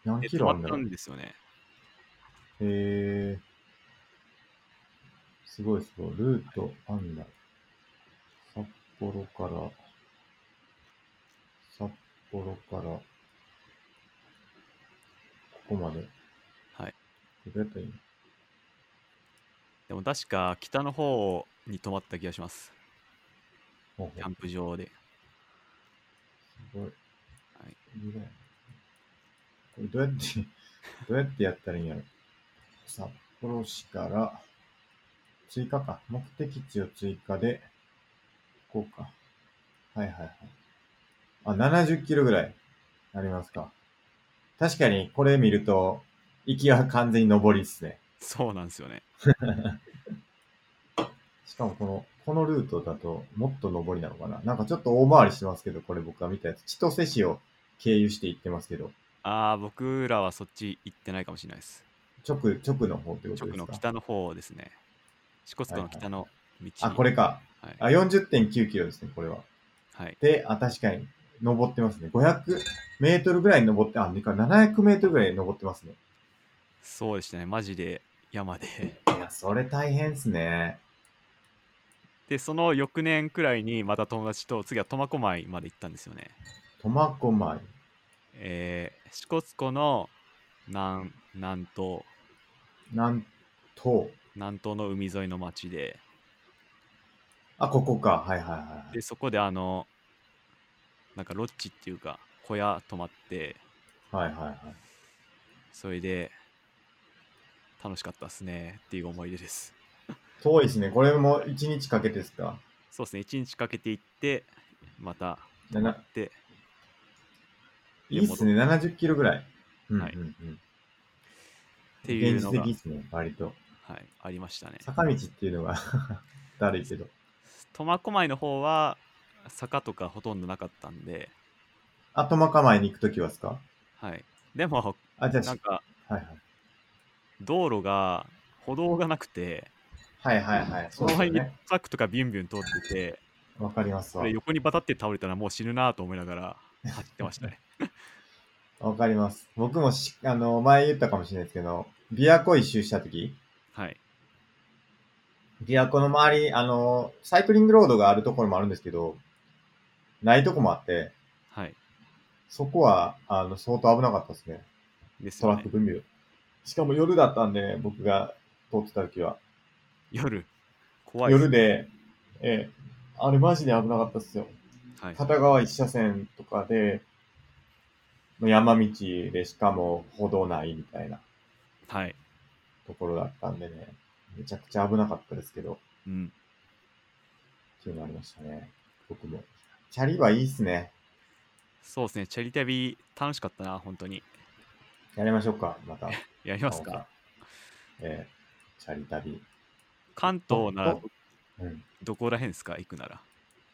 S1: 何
S2: で、
S1: キ
S2: 止
S1: ロあ
S2: ま
S1: るん
S2: っ
S1: だ
S2: た
S1: ろうん
S2: ですよね。
S1: へえ。すごいすごい。ルートあんだ。札幌から、札幌から、ここまで。
S2: はい。
S1: どうやったらいいの
S2: でも確か北の方に泊まった気がします。
S1: ほう
S2: キ
S1: ほ
S2: ャンプ場で。
S1: うすごい。
S2: はい
S1: いいねこれどうやって、 [laughs] どうやってやったらいいんやろ。札幌市から、追加か。目的地を追加で、こうか。はいはいはい。あ、70キロぐらいありますか。確かに、これ見ると、行きは完全に上りっすね。
S2: そうなんですよね。
S1: しかもこの、このルートだと、もっと上りなのかな。なんかちょっと大回りしてますけど、これ僕が見たやつ。千歳市を経由して行ってますけど、
S2: ああ、僕らはそっち行ってないかもしれないです。
S1: 直、直の方ってことですか
S2: 直の北の方ですね。支笏湖の北の道。
S1: あ、これか。
S2: はい。
S1: あ、40.9キロですね、これは。
S2: はい。
S1: で、あ、確かに、登ってますね。500メートルぐらい登って、あ、みか700メートルぐらい登ってますね。
S2: そうでしたね。マジで山で。
S1: いや、それ大変っすね。
S2: でその翌年くらいにまた友達と次は苫小牧まで行ったんですよね
S1: 苫小牧。
S2: えー、支笏湖の南南東
S1: なんと、
S2: 南東の海沿いの町で
S1: あ、ここか。はいはいはい
S2: でそこであのなんかロッジっていうか小屋泊まって
S1: はい。はいはいはい。
S2: それで楽しかったっすねっていう思い出です
S1: 遠いですね。これも1日かけてですか
S2: そうですね1日かけて行ってまた泊ま
S1: な
S2: って
S1: いいっすね。70キロぐらい。うんうん
S2: はい
S1: うん。
S2: ていうのが
S1: 現実的っすね、割と。
S2: はいありましたね
S1: 坂道っていうのが [laughs] だるいけど。
S2: 苫小牧の方は坂とかほとんどなかったんで
S1: あ、苫小牧に行くときはですか
S2: はいでも
S1: あ、じゃあし、
S2: な
S1: は
S2: ん
S1: い
S2: か
S1: はい。
S2: 道路が歩道がなくて、
S1: はいはいはい。
S2: そ
S1: そうで
S2: の
S1: す
S2: 辺
S1: よ
S2: に
S1: ね。
S2: トラックとかビュンビュン通ってて、
S1: わかります
S2: そ
S1: わ
S2: れ。横にバタって倒れたらもう死ぬなと思いながら
S1: [laughs]
S2: 走ってましたね。
S1: わかります。僕もし、あの、前言ったかもしれないですけど、琵琶湖一周したとき、
S2: はい。
S1: 琵琶湖の周り、あの、サイクリングロードがあるところもあるんですけど、ないとこもあって、
S2: はい。
S1: そこは、あの、相当危なかったですね。
S2: です
S1: ト
S2: よ
S1: ラック。
S2: ね
S1: 分離。しかも夜だったんで、僕が通ってたときは。
S2: 夜。怖いす
S1: 夜。で、ええ、あれマジで危なかったっすよ。
S2: はい。
S1: 片側一車線とかで、山道でしかも歩道ないみたいな。
S2: はい。
S1: ところだったんでね、めちゃくちゃ危なかったですけど、
S2: うん。
S1: っていうのありましたね。僕も。チャリはいいっすね。
S2: そうですね。チャリ旅楽しかったな、本当に。
S1: やりましょうか、また。
S2: やりますか。
S1: えー、チャリ旅。
S2: 関東ならど
S1: うん。
S2: どこらへんですか行くなら。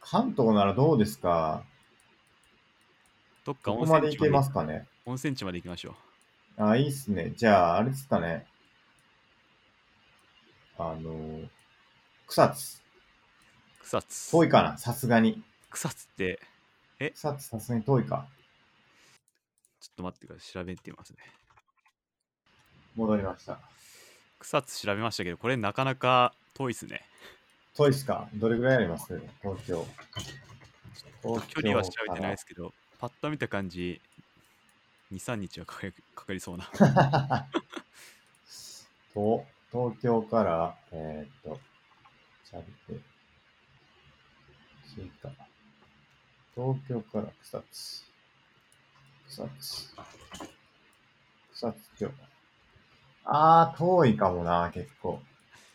S1: 関東ならどうですか
S2: どっか
S1: ど
S2: 温
S1: こまで
S2: 泉
S1: 行け
S2: 地まで
S1: ますかね
S2: 温泉地まで行きましょう。
S1: あ、いいっすね。じゃあ、あれっすかね。あのー、草津。
S2: 草津。
S1: 遠いかなさすがに。
S2: 草津って、
S1: 草津さすがに遠いか。
S2: ちょっと待ってください。調べてみますね。
S1: 戻りました。
S2: 草津調べましたけど、これなかなか遠いですね。
S1: 遠いっすかどれぐらいあります東京。東
S2: 距離は調べ
S1: から
S2: てないですけど、パッと見た感じ、2、3日はかかりかかりそうな。
S1: と、東京から、えーっと、チャリで、着いた。東京から草津。草津。草津今日。あー、遠いかもな、結構。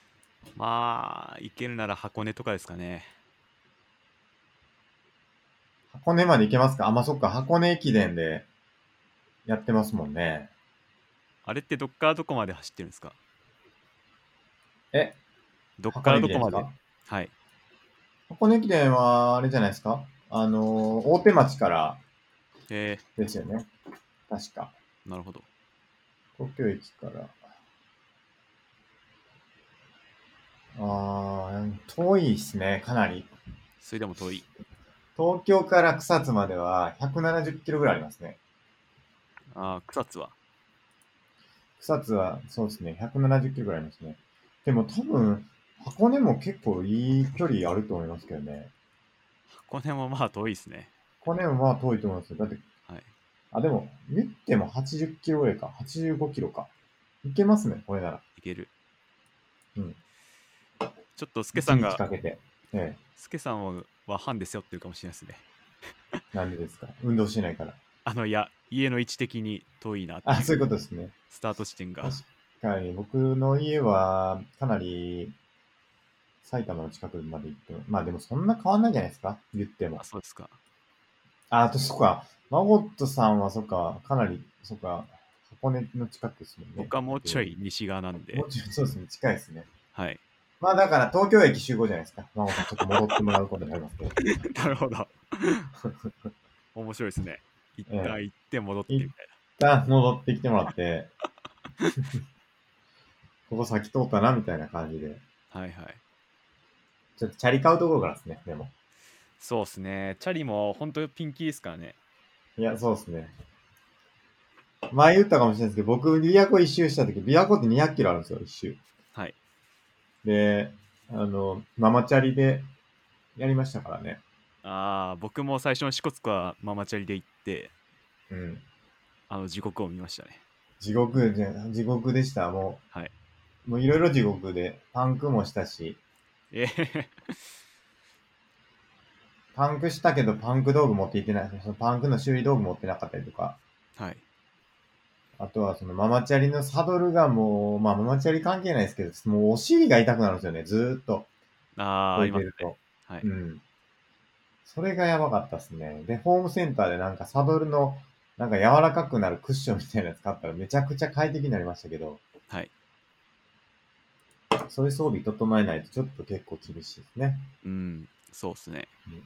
S2: [laughs] まあ、行けるなら箱根とかですかね。
S1: 箱根まで行けますかあ、まあ、そっか、箱根駅伝でやってますもんね。
S2: あれってどっからどこまで走ってるんですか
S1: え
S2: どっからど
S1: 箱根
S2: こま
S1: 駅伝で
S2: です
S1: か
S2: はい。
S1: 箱根駅伝は、あれじゃないですかあのー大手町から
S2: え
S1: ですよね。確か。
S2: ー、なるほど。
S1: 東京駅から。あー、遠いっすね、かなり。
S2: それでも遠い。
S1: 東京から草津までは170キロぐらいありますね。
S2: あー草津は。
S1: 草津は、そうですね、170キロぐらいありますね。でも多分、箱根も結構いい距離あると思いますけどね。
S2: 箱根もまあ遠いですね。
S1: 箱根もまあ遠いと思いますよ。だって、
S2: はい。
S1: あ、でも、言っても80キロぐらいか、85キロか。いけますね、これなら。
S2: 行ける。
S1: うん。
S2: ちょっと、スケさん
S1: 一日か
S2: が、
S1: けて。え
S2: スケさんははハンデ背負ってるかもしれないですね。
S1: え、なんでですか。運動してないから。
S2: あの、いや、家の位置的に遠いなって
S1: あ、そう
S2: い
S1: いううことですね。
S2: スタート地点が
S1: 確。かに、僕の家は、かなり、埼玉の近くまで行っても、まあでもそんな変わんないじゃないですか、言っても
S2: あ、。そうですか。
S1: あ、あと、そっか、マゴットさんは、そっか、かなり、そっか、箱根の近くですもんね。
S2: 僕はもうちょい西側なんで
S1: も、うちょい、そうですね、近いですね。
S2: はい。 [laughs]
S1: まあだから、東京駅集合じゃないですか。マゴットさん、ちょっと戻ってもらうことになりますけど。
S2: なる
S1: [laughs]
S2: ほど。面白いですね。一旦行って戻ってみたい
S1: 一旦戻ってきてもらって、 [laughs] ここ先通ったな、みたいな感じで。
S2: な。はいはい。
S1: ちょっとチャリ買うところからですね、でも。
S2: そうですね。チャリも本当ピンキーですからね。
S1: いや、そうですね。前言ったかもしれないですけど、僕、琵琶湖一周した時、琵琶湖って200キロあるんですよ、一周。
S2: はい。
S1: で、あの、ママチャリでやりましたからね。
S2: ああ、僕も最初の支笏湖はママチャリで行って、
S1: うん。
S2: あの、地獄を見ましたね。
S1: 地獄じゃ、地獄でした、もう。
S2: はい。
S1: もういろいろ地獄で、パンクもしたし、
S2: えー
S1: パンクしたけどパンク道具持って行ってない、そのパンクの修理道具持ってなかったりとか、
S2: はい。
S1: あとはそのママチャリのサドルがもう、まあママチャリ関係ないですけど、もうお尻が痛くなるんですよね、ずーっと。
S2: ああ、
S1: 置い
S2: 今
S1: て
S2: ね
S1: る。と。
S2: はい。
S1: うん。それがやばかったですね。で、ホームセンターでなんかサドルの、なんか柔らかくなるクッションみたいなやつ買ったらめちゃくちゃ快適になりましたけど、
S2: はい。
S1: そういう装備整えないとちょっと結構厳しいですね。
S2: うん、そうですね
S1: うん。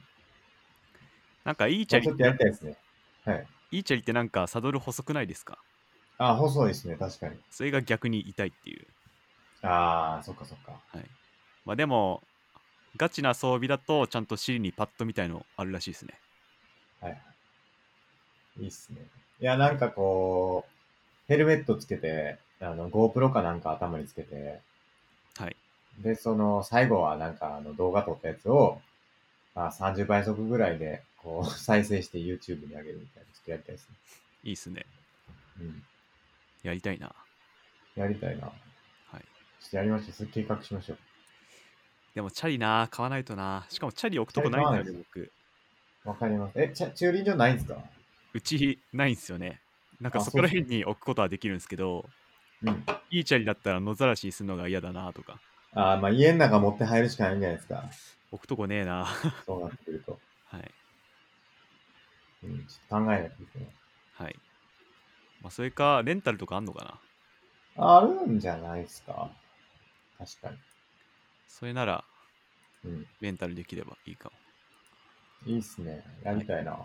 S2: なんかいいチ
S1: まあ
S2: ャ
S1: ち
S2: リ
S1: ょっとやりたいですね。はい。
S2: いいチャリってなんかサドル細くないですか
S1: あ、細いですね、確かに。
S2: それが逆に痛いっていう。
S1: あー、そっかそっか。
S2: はい。まあでも、ガチな装備だとちゃんと尻にパッドみたいのあるらしいですね。
S1: いいっすね。いや、なんかこう、ヘルメットつけて、あの、GoPro かなんか頭につけて、
S2: はい。
S1: で、その、最後はなんかあの動画撮ったやつを、まあ、30倍速ぐらいで、こう、 [laughs] 再生して YouTube に上げるみたいな、ちょっとやりたいですね。
S2: いいっすね。
S1: うん。
S2: やりたいな。
S1: やりたいな。ちょ
S2: はい。
S1: っとやりましょう。それ計画しましょ
S2: でもチャリな、買わないとな。しかもチャリ置くとこないんだよ
S1: チャリ買わないで
S2: ね、
S1: す
S2: 僕。
S1: う。わかります。え、ちゃ駐輪場ないんですか
S2: うちないんすよね。なんか
S1: あ
S2: そこら辺に置くことはできるんですけど、
S1: うん。
S2: いいチャリだったら野ざらしにするのが嫌だなとか、
S1: ああ、まあ、家の中持って入るしかないんじゃないですか。
S2: 置くとこねえな。 [laughs]
S1: そうなってくると。
S2: はい。
S1: うん。ちょっと考えなきゃいけない。
S2: はい。まあ、それか、レンタルとかあんのかな
S1: あるんじゃないですか確か
S2: それなら、
S1: に。うん。
S2: レンタルできればいいかも。
S1: いいっすね。やりたいな。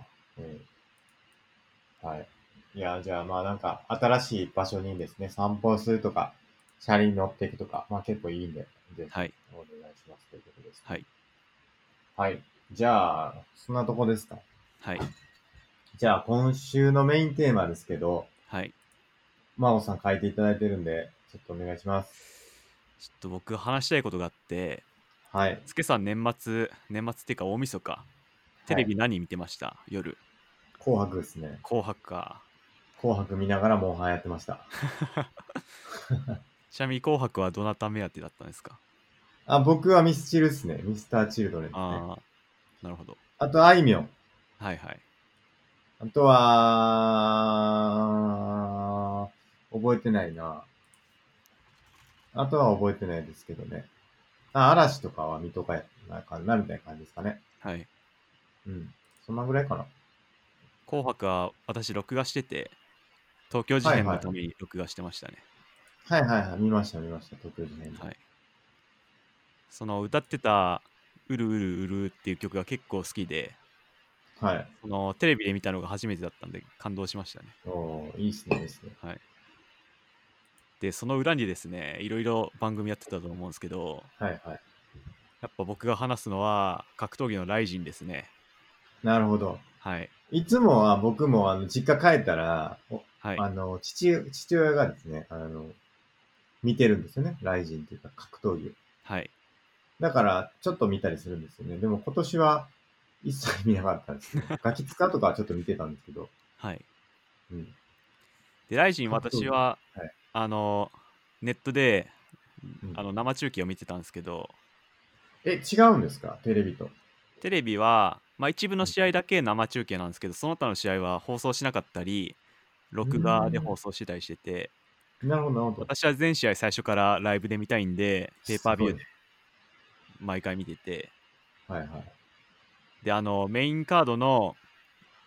S1: うん。はい。いや、じゃあまあなんか、新しい場所にですね、散歩するとか、車輪乗っていくとか、まあ結構いいんで、ぜひ
S2: はい。
S1: お願いしますということです。
S2: はい。
S1: はい。じゃあ、そんなとこですか。
S2: はい。
S1: じゃあ、今週のメインテーマですけど、
S2: はい。
S1: 真央さん書いていただいてるんで、ちょっとお願いします。
S2: ちょっと僕、話したいことがあって、
S1: はい。
S2: つけさん、年末、年末っていうか、大晦日、テレビ何見てました、夜。
S1: 紅白ですね。
S2: 紅白か。
S1: 紅白見ながらモンハンやってました。
S2: ちなみに紅白はどなた目当てだったんですか
S1: あ、僕はミスチルですね。ミスターチルドレンですね。あ
S2: ああ、なるほど。
S1: と、あいみょん。
S2: はいはい。
S1: あとは、覚えてないな。あとは覚えてないですけどね。あ、嵐とかは水戸かなかなみたいな感じですかね。
S2: はい。
S1: うん。そんなぐらいかな。
S2: 紅白は私、録画してて、東京事
S1: はい
S2: 変の
S1: はい
S2: ために録画してましたね。
S1: はいはいはい。見ました見ました。特別編。
S2: はい。その歌ってた、うるうるうるっていう曲が結構好きで、
S1: はい。
S2: そのテレビで見たのが初めてだったんで感動しましたね。
S1: おーいいっすね、いいっすね。
S2: はい。で、その裏にですね、いろいろ番組やってたと思うんですけど、
S1: はいはい。
S2: やっぱ僕が話すのは格闘技のライジンですね。
S1: なるほど。
S2: はい。
S1: いつもは僕もあの実家帰ったら、お
S2: はい。
S1: あの父父親がですね、あの見てるんですよね、ライジンというか格闘技を。
S2: はい。
S1: だから、ちょっと見たりするんですよね。でも今年は一切見なかった
S2: [laughs]
S1: ですね。ガキ使とかはちょっと見てたんですけど。
S2: はい。
S1: うん、
S2: で、ライジン
S1: 格闘技
S2: 私は、
S1: はい
S2: あの、ネットで、
S1: うん
S2: あの生中継を見てたんですけど、
S1: え、違うんですかテレビと。
S2: テレビは、まあ、一部の試合だけ生中継なんですけど、その他の試合は放送しなかったり、録画で放送してたりしてて、
S1: なるほど、なるほど。
S2: 私は全試合最初からライブで見たいんで、ペーパービュ
S1: すごい
S2: ー
S1: ね
S2: 毎回見てて、
S1: はいはい。
S2: で、あの、メインカードの、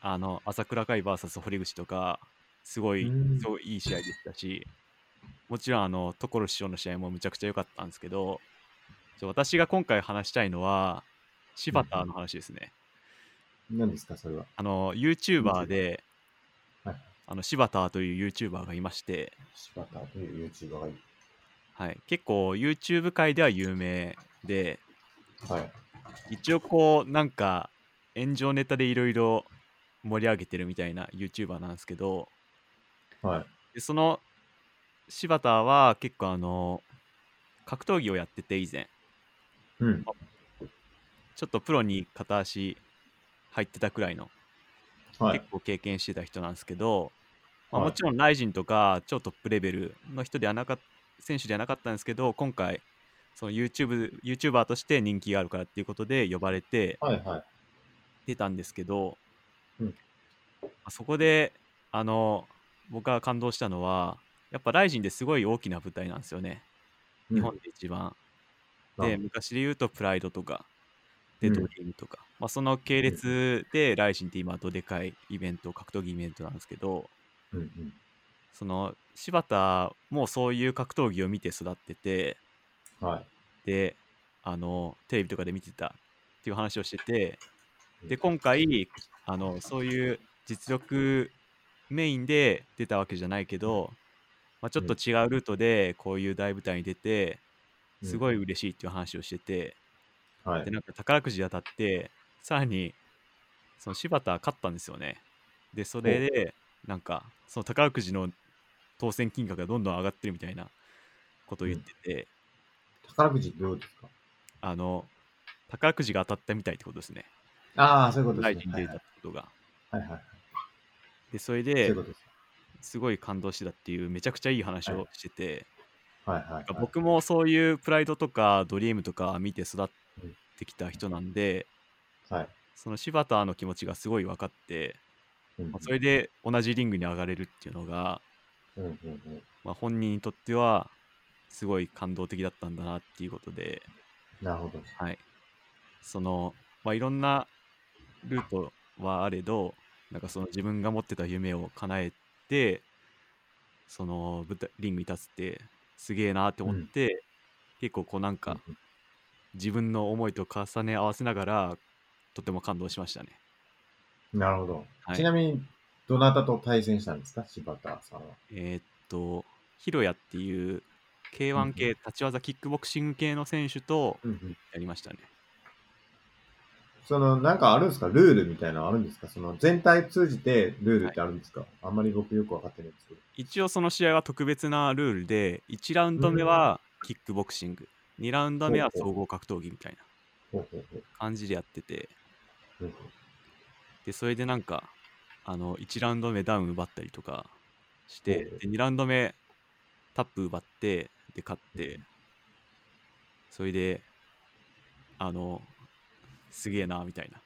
S2: あの、朝倉海 VS 堀口とか、すごい、
S1: うん
S2: すごいいい試合でしたし、もちろん、あの、所師匠の試合もむちゃくちゃ良かったんですけど、ちょ私が今回話したいのは、柴田の話ですね。
S1: 何ですかそれは。
S2: あの、YouTuber で、
S1: はい
S2: あの、柴田という YouTuber がいまして、
S1: 柴田という YouTuber がいい。
S2: はい、結構 YouTube 界では有名で、
S1: はい。
S2: 一応こう、なんか、炎上ネタでいろいろ盛り上げてるみたいな YouTuber なんですけど、
S1: はい。
S2: でその柴田は結構あの、格闘技をやってて以前、
S1: うん。
S2: ちょっとプロに片足入ってたくらいの
S1: はい
S2: 結。構経験してた人なんですけど、まあ
S1: はい
S2: もちろんライジンとか超トップレベルの人ではなかっ選手ではなかったんですけど今回その YouTube YouTuber として人気があるからっていうことで呼ばれて
S1: はいはい。
S2: 出たんですけど、
S1: うん
S2: まあそこであの僕が感動したのはやっぱライジンですごい大きな舞台なんですよね日本で一番、
S1: うん
S2: で
S1: あ
S2: 昔で言うとプライドとかで
S1: うん
S2: ドリームとか、まあ、その系列でライジンって今どでかいイベント格闘技イベントなんですけど、
S1: うんうん。
S2: その柴田もそういう格闘技を見て育ってて
S1: はい。
S2: であのテレビとかで見てたっていう話をしてて
S1: う
S2: で
S1: ん
S2: 今回あのそういう実力メインで出たわけじゃないけど、まあ、ちょっと違うルートでこういう大舞台に出てすごい嬉しいっていう話をしてて
S1: は
S2: で
S1: い。
S2: なんか宝くじ当たってさらにその柴田勝ったんですよねでそれでなんかその宝くじの当選金額がどんどん上がってるみたいなことを言ってて、
S1: 宝くじってどうですか
S2: あの宝くじが当たったみたいってことですね
S1: ああ、そういうこと
S2: 大
S1: です
S2: 臣
S1: ね。はい
S2: デー
S1: は
S2: タ
S1: い
S2: ってことが、
S1: はいはい。
S2: でそれ
S1: そうい
S2: で
S1: うことです。
S2: すごい感動してたっていうめちゃくちゃいい話をしてて、
S1: はいはいはい。
S2: 僕もそういうプライドとかドリームとか見て育ってきた人なんで
S1: はい。
S2: その柴田の気持ちがすごい分かって
S1: うん
S2: まあそれで同じリングに上がれるっていうのが、
S1: うんうんうん。
S2: まあ、本人にとってはすごい感動的だったんだなっていうことで、
S1: なるほど。
S2: はい、その、まあ、いろんなルートはあれどなんかその自分が持ってた夢を叶えてその舞台リングに立つってすげえなって思って、結構こうなんか
S1: うん
S2: 自分の思いと重ね合わせながらとても感動しましたね。
S1: うんなるほど。
S2: はい
S1: ちなみに、どなたと対戦したんですか柴田さんは。
S2: えーっと、ヒロヤっていう
S1: うんう
S2: K1
S1: ん
S2: 系、立ち技キックボクシング系の選手と
S1: うんうん。
S2: やりましたね。
S1: その、なんかあるんですかルールみたいなのあるんですかその、全体通じてルールってあるんですか、あんまり僕よくわかってないんですけど。
S2: 一応その試合は特別なルールで、1ラウンド目はキックボクシング、2ラウンド目は
S1: ほうほう
S2: 総合格闘技みたい
S1: ほ
S2: な
S1: うほうほう
S2: 感じでやってて、
S1: ほうほ
S2: で、それでなんか、あの、1ラウンド目ダウン奪ったりとかして
S1: ほうほう、
S2: で、2ラウンド目タップ奪って、で買って、それで、あの、すげえな、みたいな。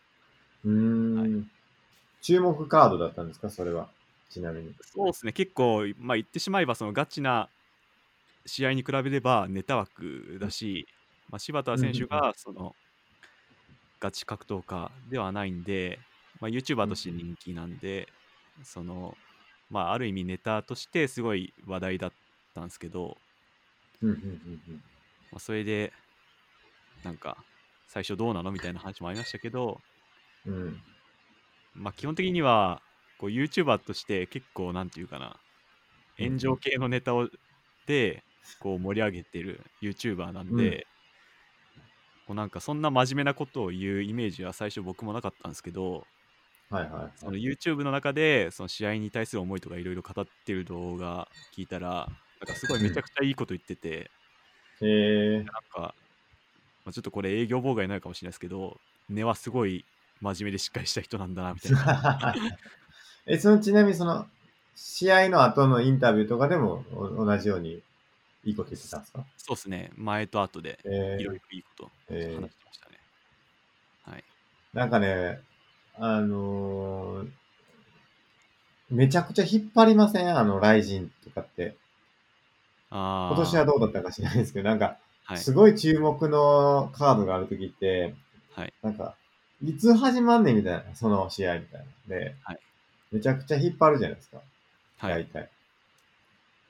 S1: うーん、注目カードだったんですかそれは。ちなみに。
S2: そうですね、結構、まあ、言ってしまえば、そのガチな試合に比べればネタ枠だし、まあ、柴田選手がそのガチ格闘家ではないんで、まあ、YouTuber として人気なんで、その、まあ、ある意味ネタとしてすごい話題だったんですけど、
S1: うんうんうんうん
S2: まあ、それで、なんか、最初どうなのみたいな話もありましたけど、
S1: うん。
S2: まあ、基本的にはこう YouTuber として結構なんていうかな
S1: うん
S2: 炎上系のネタをでこう盛り上げてる YouTuber なんで、
S1: うん
S2: こうなんかそんな真面目なことを言うイメージは最初僕もなかったんですけど
S1: はいはい
S2: そ
S1: は
S2: の
S1: い。
S2: YouTube の中でその試合に対する思いとかいろいろ語ってる動画聞いたらなんかすごいめちゃくちゃいいこと言ってて、
S1: えー、
S2: なんか、まあ、ちょっとこれ営業妨害になるかもしれないですけど根はすごい真面目でしっかりした人なんだなみたいな
S1: [laughs] え、そのちなみにその、試合の後のインタビューとかでもお同じようにいいこと言ってたんですか
S2: そうですね前と後で
S1: え
S2: い
S1: ー
S2: ろいろいいこと話
S1: え
S2: して
S1: ー
S2: ましたね。はい。
S1: なんかね、あのーめちゃくちゃ引っ張りませんあの、ライジンとかって。
S2: あー
S1: 今年はどうだったか知らないですけど、なんか、
S2: はい。
S1: すごい注目のカードがあるときって、
S2: はい。
S1: なんか、いつ始まんねんみたいな、その試合みたいな。で、
S2: はい
S1: めちゃくちゃ引っ張るじゃないですか。
S2: は
S1: 大
S2: い。
S1: 体。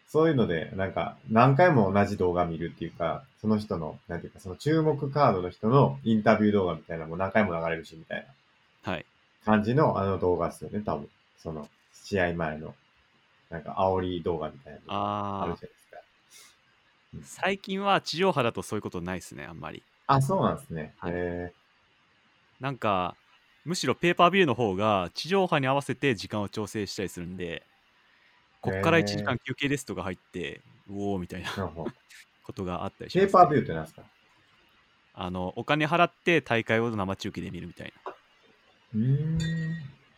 S1: そういうので、なんか、何回も同じ動画見るっていうか、その人の、なんていうか、その注目カードの人のインタビュー動画みたいなのも何回も流れるし、みたいな
S2: はい。
S1: 感じのあの動画ですよね、多分。その、試合前の、なんか、煽り動画みたいなのがある
S2: ああ
S1: じゃないですか。
S2: 最近は地上波だとそういうことないですね、あんまり。
S1: あ、そうなんですね。
S2: はい
S1: へ
S2: なんか、むしろペーパービューの方が地上波に合わせて時間を調整したりするんで、こっから
S1: へー
S2: 1時間休憩ですとか入って、うおーみたいな
S1: ー、なるほど。
S2: ことがあったりし
S1: ペ
S2: ます、
S1: ーパービュ
S2: ー
S1: ーってなんですか
S2: あの、お金払って大会を生中継で見るみたいな。
S1: うーん。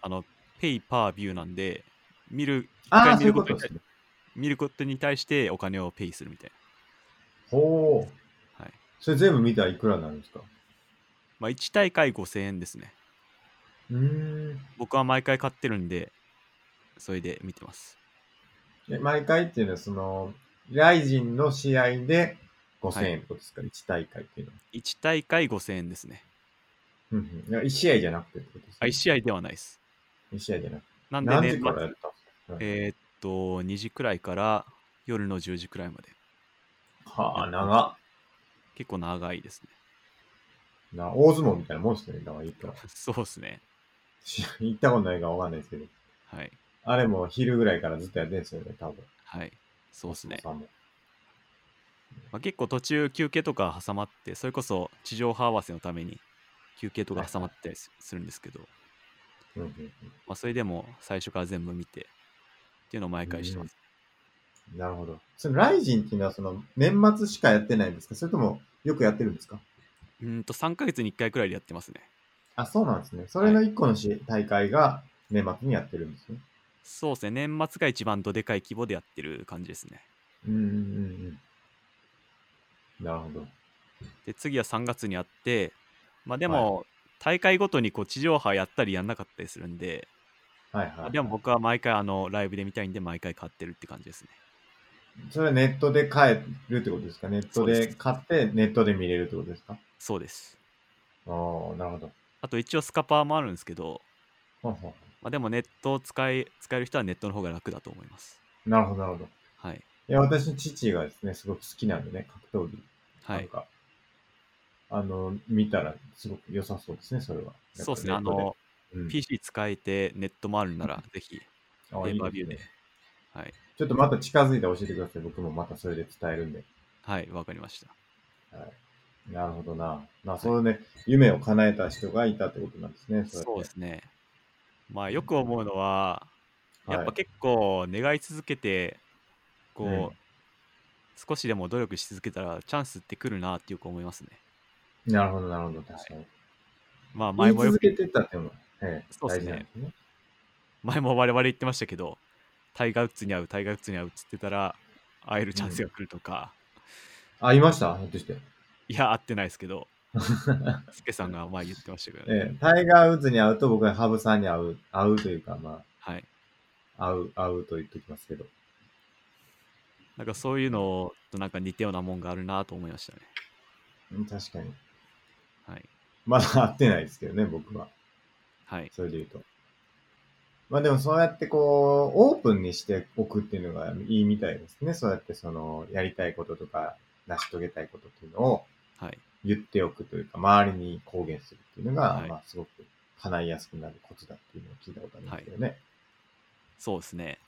S2: あの、ペーパービューなんで、見る、一
S1: ああ、
S2: 回
S1: そ
S2: 見
S1: ういう
S2: る
S1: こ
S2: こ
S1: で
S2: ととに
S1: す
S2: 対
S1: ね。
S2: 見ることに対してお金をペイするみたい
S1: ほう。
S2: な。はい。
S1: それ全部見たらいくらになるんですか
S2: まあ、1大会5000円ですね。
S1: うーん。
S2: 僕は毎回買ってるんで、それで見てます。
S1: で毎回っていうのは、その、ライジンの試合で5000円ってことですか、一 ?1 大会っていうのは。
S2: 1大会5000円ですね。
S1: うんうん。だから1試合じゃなくてってことです
S2: あ、1試合ではないです。
S1: 1試合じゃなくて。
S2: なんで
S1: 何
S2: ね、
S1: 時からやっ
S2: ま
S1: たんですか、
S2: あえーっと、2時くらいから夜の10時くらいまで。
S1: はあ、長っ
S2: 結構長いですね。 [laughs]
S1: な、大相撲みたいなもんですね。だから言ったら。 [laughs]
S2: そうですね。
S1: 行ったことないからわかんないですけど。
S2: はい。
S1: あれも昼ぐらいからずっとやってんですよね、多分。
S2: はい。そうです
S1: お。
S2: ね
S1: 父さんも
S2: まあ、結構途中休憩とか挟まって、それこそ地上波合わせのために休憩とか挟まったりすするんですけど、
S1: うんうん
S2: まあ、それでも最初から全部見てっていうのを毎回してます。
S1: うん。なるほど。そのライジンっていうのはその年末しかやってないんですかそれともよくやってるんですか
S2: うーんと、3ヶ月に1回くらいでやってますね。
S1: あ、そうなんですね。それの1個の試合大会が年末にやってるんですね。
S2: そうですね、年末が一番どでかい規模でやってる感じですね。
S1: うんうんうんうん。なるほど。
S2: で、次は3月にあって、まあでも、大会ごとにこう地上波やったりやんなかったりするんで、
S1: はい
S2: ま
S1: は
S2: あ
S1: い。
S2: でも僕は毎回あのライブで見たいんで、毎回買ってるって感じですね。
S1: それはネットで買えるってことですかネット
S2: そう
S1: で
S2: です
S1: 買ってネットで見れるってことですか
S2: そうです。
S1: ああ、なるほど。
S2: あと一応スカパーもあるんですけど、
S1: ほんほん
S2: まあ、でもネットを使い使える人はネットの方が楽だと思います。
S1: なるほど、なるほど。
S2: はい。
S1: いや、私の父がですね、すごく好きなんでね、格闘技。
S2: は
S1: なん
S2: い。
S1: か、あの、見たらすごく良さそうですね、それは。
S2: そうですね、
S1: や
S2: あ
S1: っぱネット
S2: の、
S1: うん、
S2: PC 使えてネットもある
S1: [laughs]
S2: なら、ぜひ、
S1: あ
S2: ペ
S1: いい
S2: ーパービュー
S1: で
S2: です
S1: ね。
S2: はい。
S1: ちょっとまた近づいて教えてください。僕もまたそれで伝えるんで。
S2: はい、わかりました。
S1: はい。なるほどな。まあ、そうね、夢を叶えた人がいたってことなんですね。れ
S2: そうですね。まあよく思うのは、
S1: はい
S2: やっぱ結構願い続けて、こう、
S1: うん
S2: 少しでも努力し続けたらチャンスってくるなってよく思いますね。
S1: なるほど、なるほど、確かに。
S2: まあ
S1: 前
S2: 前
S1: も言い
S2: もよ
S1: 続
S2: く
S1: けてったっていうのは、ええ
S2: そうです
S1: 大事
S2: ね
S1: なんですね。
S2: 前も我々言ってましたけど、タイガー・ウッズに会う、タイガー・ウッズに会うっつってたら、会えるチャンスが来るとか、
S1: あ、いましたひょっとして。 [laughs]
S2: いや、合ってないですけど、スケさんが前言ってましたけどね、
S1: ええ、タイガー・ウッズに会うと僕はハブさんに会う、会うというか、ま
S2: はい。
S1: あ、会う、会うと言っておきますけど。
S2: なんかそういうのとなんか似たようなもんがあるなと思いましたね。
S1: うん確かに。
S2: はい。
S1: まだ会ってないですけどね、僕は。
S2: はい。
S1: それで言うと。まあでもそうやってこう、オープンにしておくっていうのがいいみたいですね。そうやってその、やりたいこととか、成し遂げたいことっていうのを
S2: はい。
S1: 言っておくというか、周りに公言するっていうのが、
S2: はい
S1: まあすごく叶いやすくなるコツだっていうのを聞いたことありますけどね。
S2: そうですね。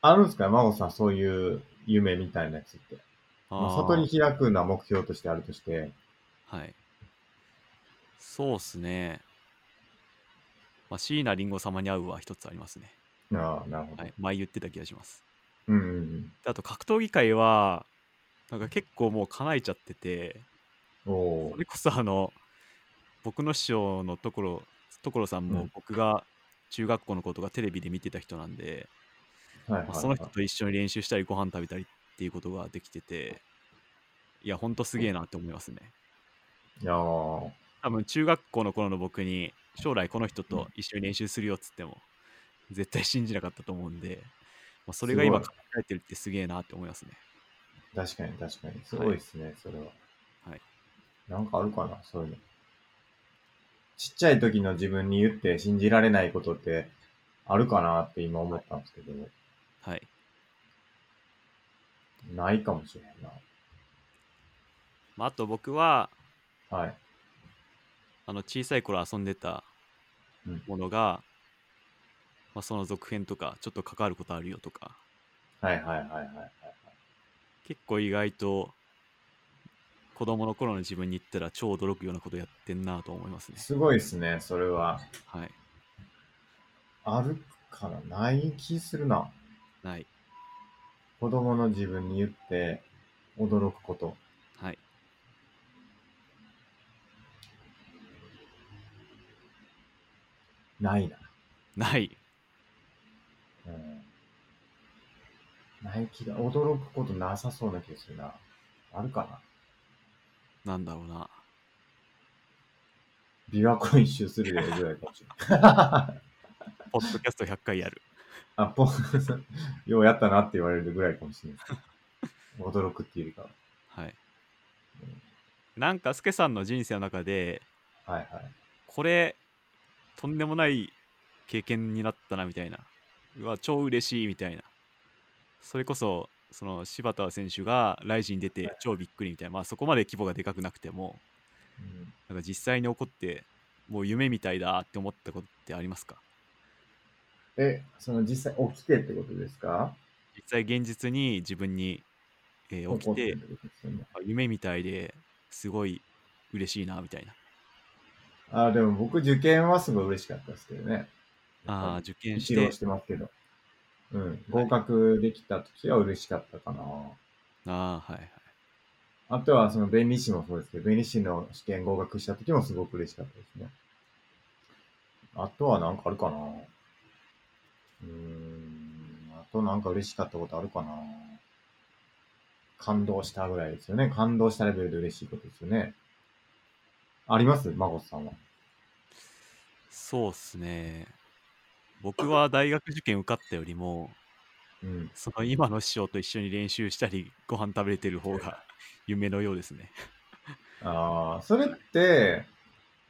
S1: あるんですか真帆さん、そういう夢みたいなやつって。まあ
S2: ー
S1: 悟り開くのは目標としてあるとして、
S2: はい。そうっすね。まあ、椎名林檎様に会うは一つありますね。
S1: ああ、なるほど。
S2: はい。前言ってた気がします。
S1: うんうんうん。
S2: であと、格闘技界は、なんか結構もう叶えちゃってて、
S1: おお
S2: それこそあの、僕の師匠のところ、所さん
S1: う
S2: も
S1: ん
S2: 僕が中学校のことがテレビで見てた人なんで、
S1: ー。はいはい、
S2: ま
S1: は
S2: あ
S1: い。
S2: その人と一緒に練習したりご飯食べたりっていうことができてていやほんとすげえなって思いますね
S1: いやー
S2: 多分中学校の頃の僕に将来この人と一緒に練習するよっつっても絶対信じなかったと思うんで、まあ、それが今
S1: す
S2: 考えてるってすげえなって思いますね
S1: 確かに確かに。すごいですね、それは。
S2: はい。
S1: なんかあるかな、そういうの。ちっちゃい時の自分に言って信じられないことってあるかなって今思ったんですけど、
S2: はい
S1: ないかもしれん
S2: まあ、あと僕は
S1: な。はい。
S2: あの小さい頃遊んでた
S1: うん
S2: ものが、まあ、その続編とかちょっと関わることあるよとか
S1: はいはいはいはいはい。
S2: 結構意外と子供の頃の自分に言ったら超驚くようなことやってんなと思いますね。
S1: すごいですね、それは。
S2: はい。
S1: あるからない気するな。
S2: ない。
S1: 子供の自分に言って驚くこと。
S2: はい。
S1: ないな。
S2: ない。
S1: うん。ない気が、驚くことなさそうな気がするな。あるかな
S2: なんだろうな。
S1: 琵琶湖一周するよぐらいかもし
S2: [laughs]
S1: れない。
S2: ポッドキャスト100回やる。
S1: あ、ポン、ようやったなって言われるぐらいかもしれない。驚くっていうよりか
S2: はい。なんか、スケさんの人生の中で、
S1: は。はいはい。
S2: これ、とんでもない経験になったな、みたいな。うわ、超嬉しい、みたいな。それこそ、その柴田選手がライジに出て超びっくりみたいな、まあそこまで規模がでかくなくても、
S1: うん
S2: なんか実際に起こって、もう夢みたいだって思ったことってありますか
S1: え、その実際起きてってことですか
S2: 実際現実に自分に、えー起きて
S1: っ、ことですよね。
S2: あ夢みたいですごい嬉しいなみたいな。
S1: あ、でも僕受験はすごい嬉しかったですけどね。
S2: ああ、受験し
S1: 一浪
S2: て
S1: し、てますけど。うん。合格できた時は嬉しかったかな。
S2: ああ、はいはい。
S1: あとはその弁理士もそうですけど、弁理士の試験合格した時もすごく嬉しかったですね。あとはなんかあるかなうーん、あとなんか嬉しかったことあるかな感動したぐらいですよね。感動したレベルで嬉しいことですよね。ありますマゴさんは。
S2: そうっすね。僕は大学受験受かったよりも、
S1: うん。
S2: その今の師匠と一緒に練習したり、ご飯食べれてる方が [laughs] 夢のようですね。
S1: ああ、それって、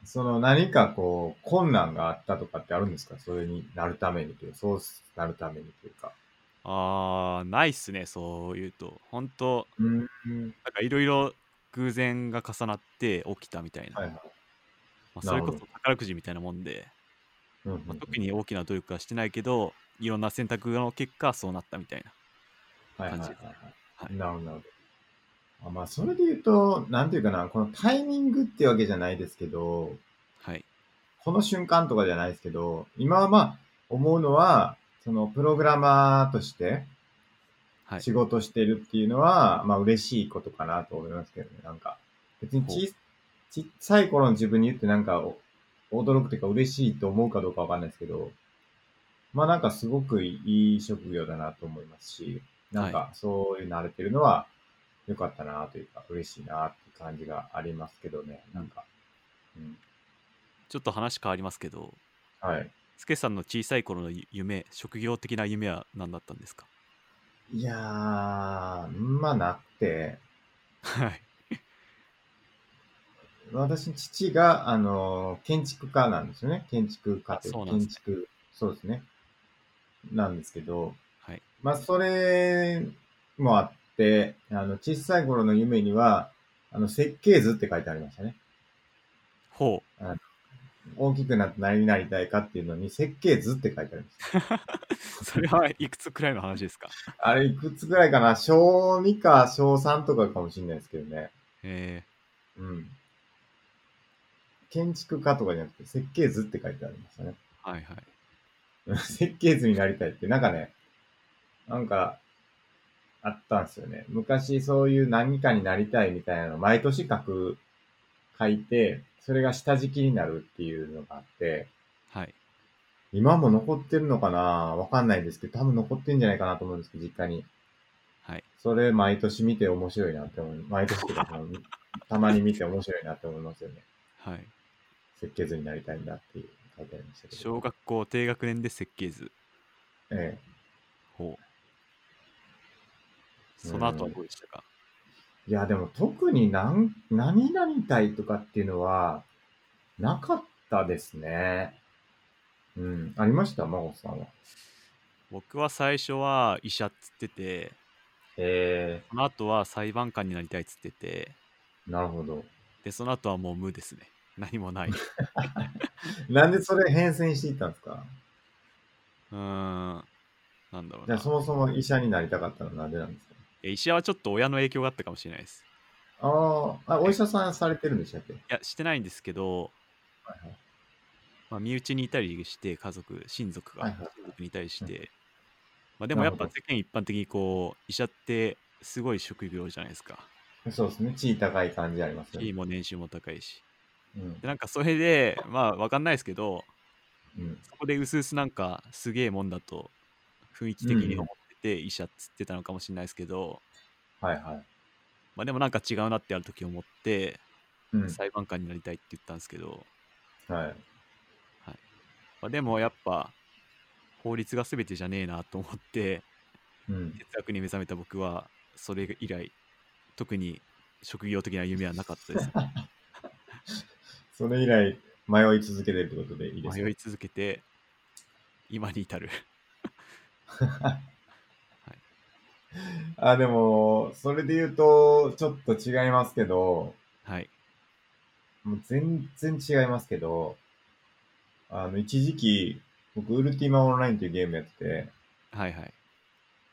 S1: その何かこう、困難があったとかってあるんですかそれになるためにという、そうなるためにというか。
S2: ああ、ないっすね、そういうと。本当
S1: うん。
S2: なんかいろいろ偶然が重なって起きたみたいな。
S1: はいはい。
S2: まあ、それ
S1: な
S2: こ
S1: る
S2: そ宝くじみたいなもんで、
S1: うんうんうん
S2: まあ、特に大きな努力はしてないけど、いろんな選択の結果、そうなったみたいな。
S1: はいはいはい
S2: 感じ
S1: は。
S2: はいい
S1: なるほどなるほど。あまあ、それで言うと、なんていうかな、このタイミングってわけじゃないですけど、
S2: はい。
S1: この瞬間とかじゃないですけど、今はまあ、思うのは、そのプログラマーとして
S2: はい。
S1: 仕事してるっていうのは、まあ嬉しいことかなと思いますけどね、なんか。別に
S2: ほ
S1: ちちっさい頃の自分に言ってなんかお驚くというか嬉しいと思うかどうかわかんないですけど、まあなんかすごくいい職業だなと思いますし、なんかそういう慣れてるのは良かったなというか、嬉しいなって感じがありますけどね、なんか。うん。
S2: ちょっと話変わりますけど、
S1: はい。
S2: スケさんの小さい頃のゆ夢、職業的な夢は何だったんですか [laughs]
S1: いやー、まあなくて、
S2: はい。
S1: 私の父が、あの、建築家なんですよね。建築家とい
S2: あそう
S1: う
S2: なんで
S1: 建
S2: す
S1: 築、そうですね。なんですけど、
S2: はい。
S1: まあ、それもあって、あの、小さい頃の夢には、あの、設計図って書いてありましたね。
S2: ほう。 [laughs]
S1: 大きくなって何になりたいかっていうのに、設計図って書いてありま
S2: [laughs]
S1: した。
S2: それはいくつくらいの話ですか
S1: あれ、いくつぐらいかな小2か小3とかかもしれないですけどね。
S2: [laughs] え
S1: うん。建築家とかじゃなくて、設計図って書いてありましたね。
S2: ー、はいは
S1: [laughs]
S2: い。
S1: 設計図になりたいって、なんかね、なんか、あったんですよね。昔そういう何かになりたいみたいなの毎年書く、書いて、それが下敷きになるっていうのがあって、
S2: はい。
S1: 今も残ってるのかなわかんないんですけど、多分残ってんじゃないかなと思うんですけど、実家に。
S2: はい。
S1: それ毎年見て面白いなって思う。毎年っていうか、そのたまに見て面白いなって思いますよね。
S2: はい。
S1: 設計図になりたいんだっていう書いてありましたけど。
S2: 小学校低学年で設計図。
S1: ええ。
S2: ほう。その後はどうでしたか
S1: いや、でも特になん何々体とかっていうのは、なかったですね。うん。ありました真帆さんは。
S2: 僕は最初は医者っつってて、
S1: え
S2: その後は裁判官になりたいっつってて、
S1: えなるほど。
S2: で、その後はもう無ですね。 [laughs] 何もない。う
S1: なんでそれ変遷していったんですか
S2: ーん。なんだろう
S1: じゃ
S2: な
S1: あ。そもそも医者になりたかったのはなんでなんですか
S2: え医者はちょっと親の影響があったかもしれないです。
S1: あーあ、お医者さんされてるんでしたっけはい
S2: や、してないんですけど、
S1: い
S2: まあ、身内にいたりして、家族、親族が
S1: はい
S2: 親
S1: はいはい
S2: 族にいたりして、まあ、でもやっぱ
S1: なる
S2: 世間一般的にこう、医者ってすごい職業じゃないですか。
S1: はい。そうですね。地位高い感じあります
S2: 地位
S1: ね。
S2: も年収も高いし。
S1: うん
S2: で、。なんかそれで、まあわかんないですけど、
S1: うん。
S2: そこでうすうすなんかすげえもんだと雰囲気的に思ってて、医者っつってたのかもしれないですけど、
S1: はいはい。
S2: まあでもなんか違うなってある時思って、
S1: うん。
S2: 裁判官になりたいって言ったんですけど、
S1: はい。
S2: まあ、でもやっぱ法律が全てじゃねえなと思って
S1: うん。
S2: 哲学に目覚めた僕はそれ以来特に職業的な夢はなかったです
S1: それ以来、迷い続けてるってことでいいですか
S2: 迷い続けて今に至る [laughs]
S1: あ、でも、それで言うと、ちょっと違いますけど、
S2: はい
S1: もう全然違いますけど、あの、一時期、僕、ウルティマオンラインというゲームやってて、
S2: はいはい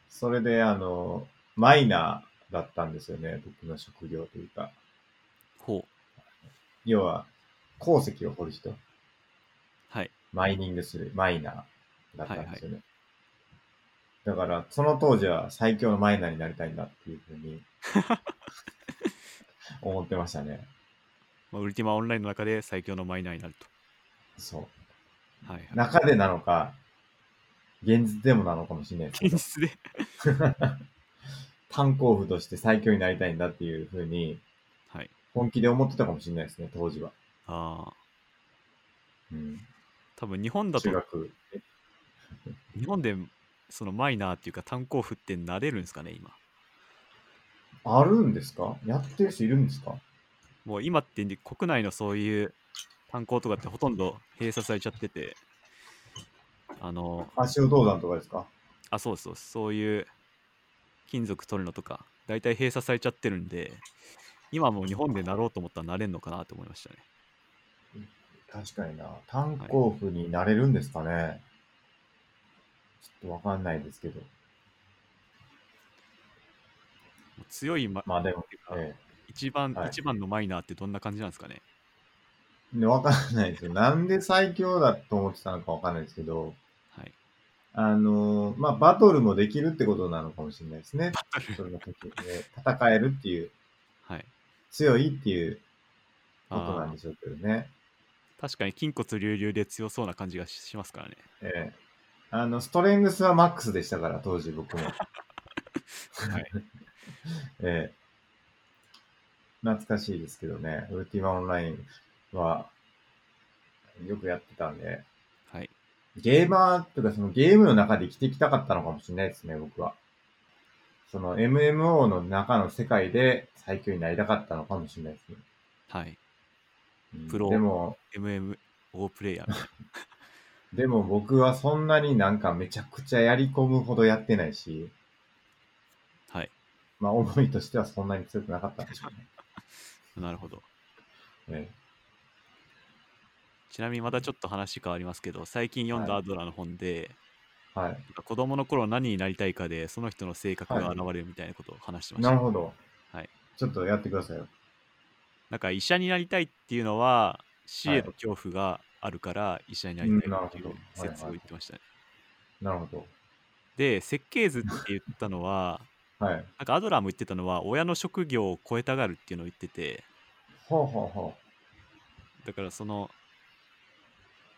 S1: それで、あの、マイナーだったんですよね、僕の職業というか。
S2: ほう
S1: 要は、鉱石を掘る人、
S2: はい
S1: マイニングする、マイナーだったんですよね。だから、その当時は最強のマイナーになりたいんだっていうふうに、思ってましたね。
S2: まあ、ウルティマオンラインの中で最強のマイナーになる
S1: そう。
S2: と。はいはい。
S1: 中でなのか、現実でもなのかもしれないですけ
S2: 現
S1: ど、
S2: 実で。
S1: 炭鉱夫として最強になりたいんだっていうふうに、
S2: はい。
S1: 本気で思ってたかもしれないですね、当時は。
S2: ああ。
S1: うん。
S2: 多分日本だと
S1: 中、学。
S2: 日本でそのマイナーっていうか炭鉱夫ってなれるんですかね、今。
S1: あるんですかやってる人いるんですか
S2: もう今って国内のそういう炭鉱とかってほとんど閉鎖されちゃってて、あの、
S1: 足尾銅山とかですか
S2: あ、そうそう、そういう金属取るのとか、大体閉鎖されちゃってるんで、今もう日本でなろうと思ったらなれんのかなと思いましたね。
S1: 確かにな。炭鉱夫になれるんですかね、ちょっとわかんないですけど。
S2: もう強いマ、
S1: まあでも
S2: っていうか
S1: え
S2: 一番、
S1: はい
S2: 一番のマイナーってどんな感じなんですかね。
S1: え。でわかんないですよ。なんで最強だと思ってたのかわかんないですけど、
S2: はい。
S1: あのーまあ、バトルもできるってことなのかもしれないですね。それの時にね、戦えるっていう、
S2: はい。
S1: 強いっていうことな
S2: あ
S1: ん
S2: ー
S1: でしょうけどね。
S2: 確かに筋骨隆々で強そうな感じがししますからね。
S1: ええあの、ストレングスはマックスでしたから、当時僕も。
S2: はい。
S1: [laughs] ええ懐かしいですけどね、ウルティマオンラインはよくやってたんで、
S2: はい。
S1: ゲーマーとかそのゲームの中で生きていきたかったのかもしれないですね、僕は。その MMO の中の世界で最強になりたかったのかもしれないですね。
S2: はい。
S1: うん
S2: プロ
S1: でも、
S2: MMO プレイヤーみたい
S1: でも僕はそんなになんかめちゃくちゃやり込むほどやってないし、 [laughs]
S2: な。はい。
S1: まあ思いとしてはそんなに強くなかったんでしょうね。
S2: なるほど。
S1: え
S2: ちなみにまたちょっと話変わりますけど、最近読んだ
S1: は
S2: アドラーの本で、
S1: えはい。
S2: なんか子供の頃何になりたいかで、その人の性格が
S1: はい
S2: 現れるみたいなことを話してました。
S1: なるほど。
S2: はい。
S1: ちょっとやってくださいよ。
S2: なんか医者になりたいっていうのは、死への恐怖があるから医者になりたいっていう
S1: うんなるほど
S2: 説を言ってましたね。
S1: なるほ
S2: で、設計図って言ったの [laughs] は、
S1: ど。はい。
S2: なんかアドラーも言ってたのは、親の職業を超えたがるっていうのを言ってて、
S1: ほうほうほ
S2: [laughs] だからその、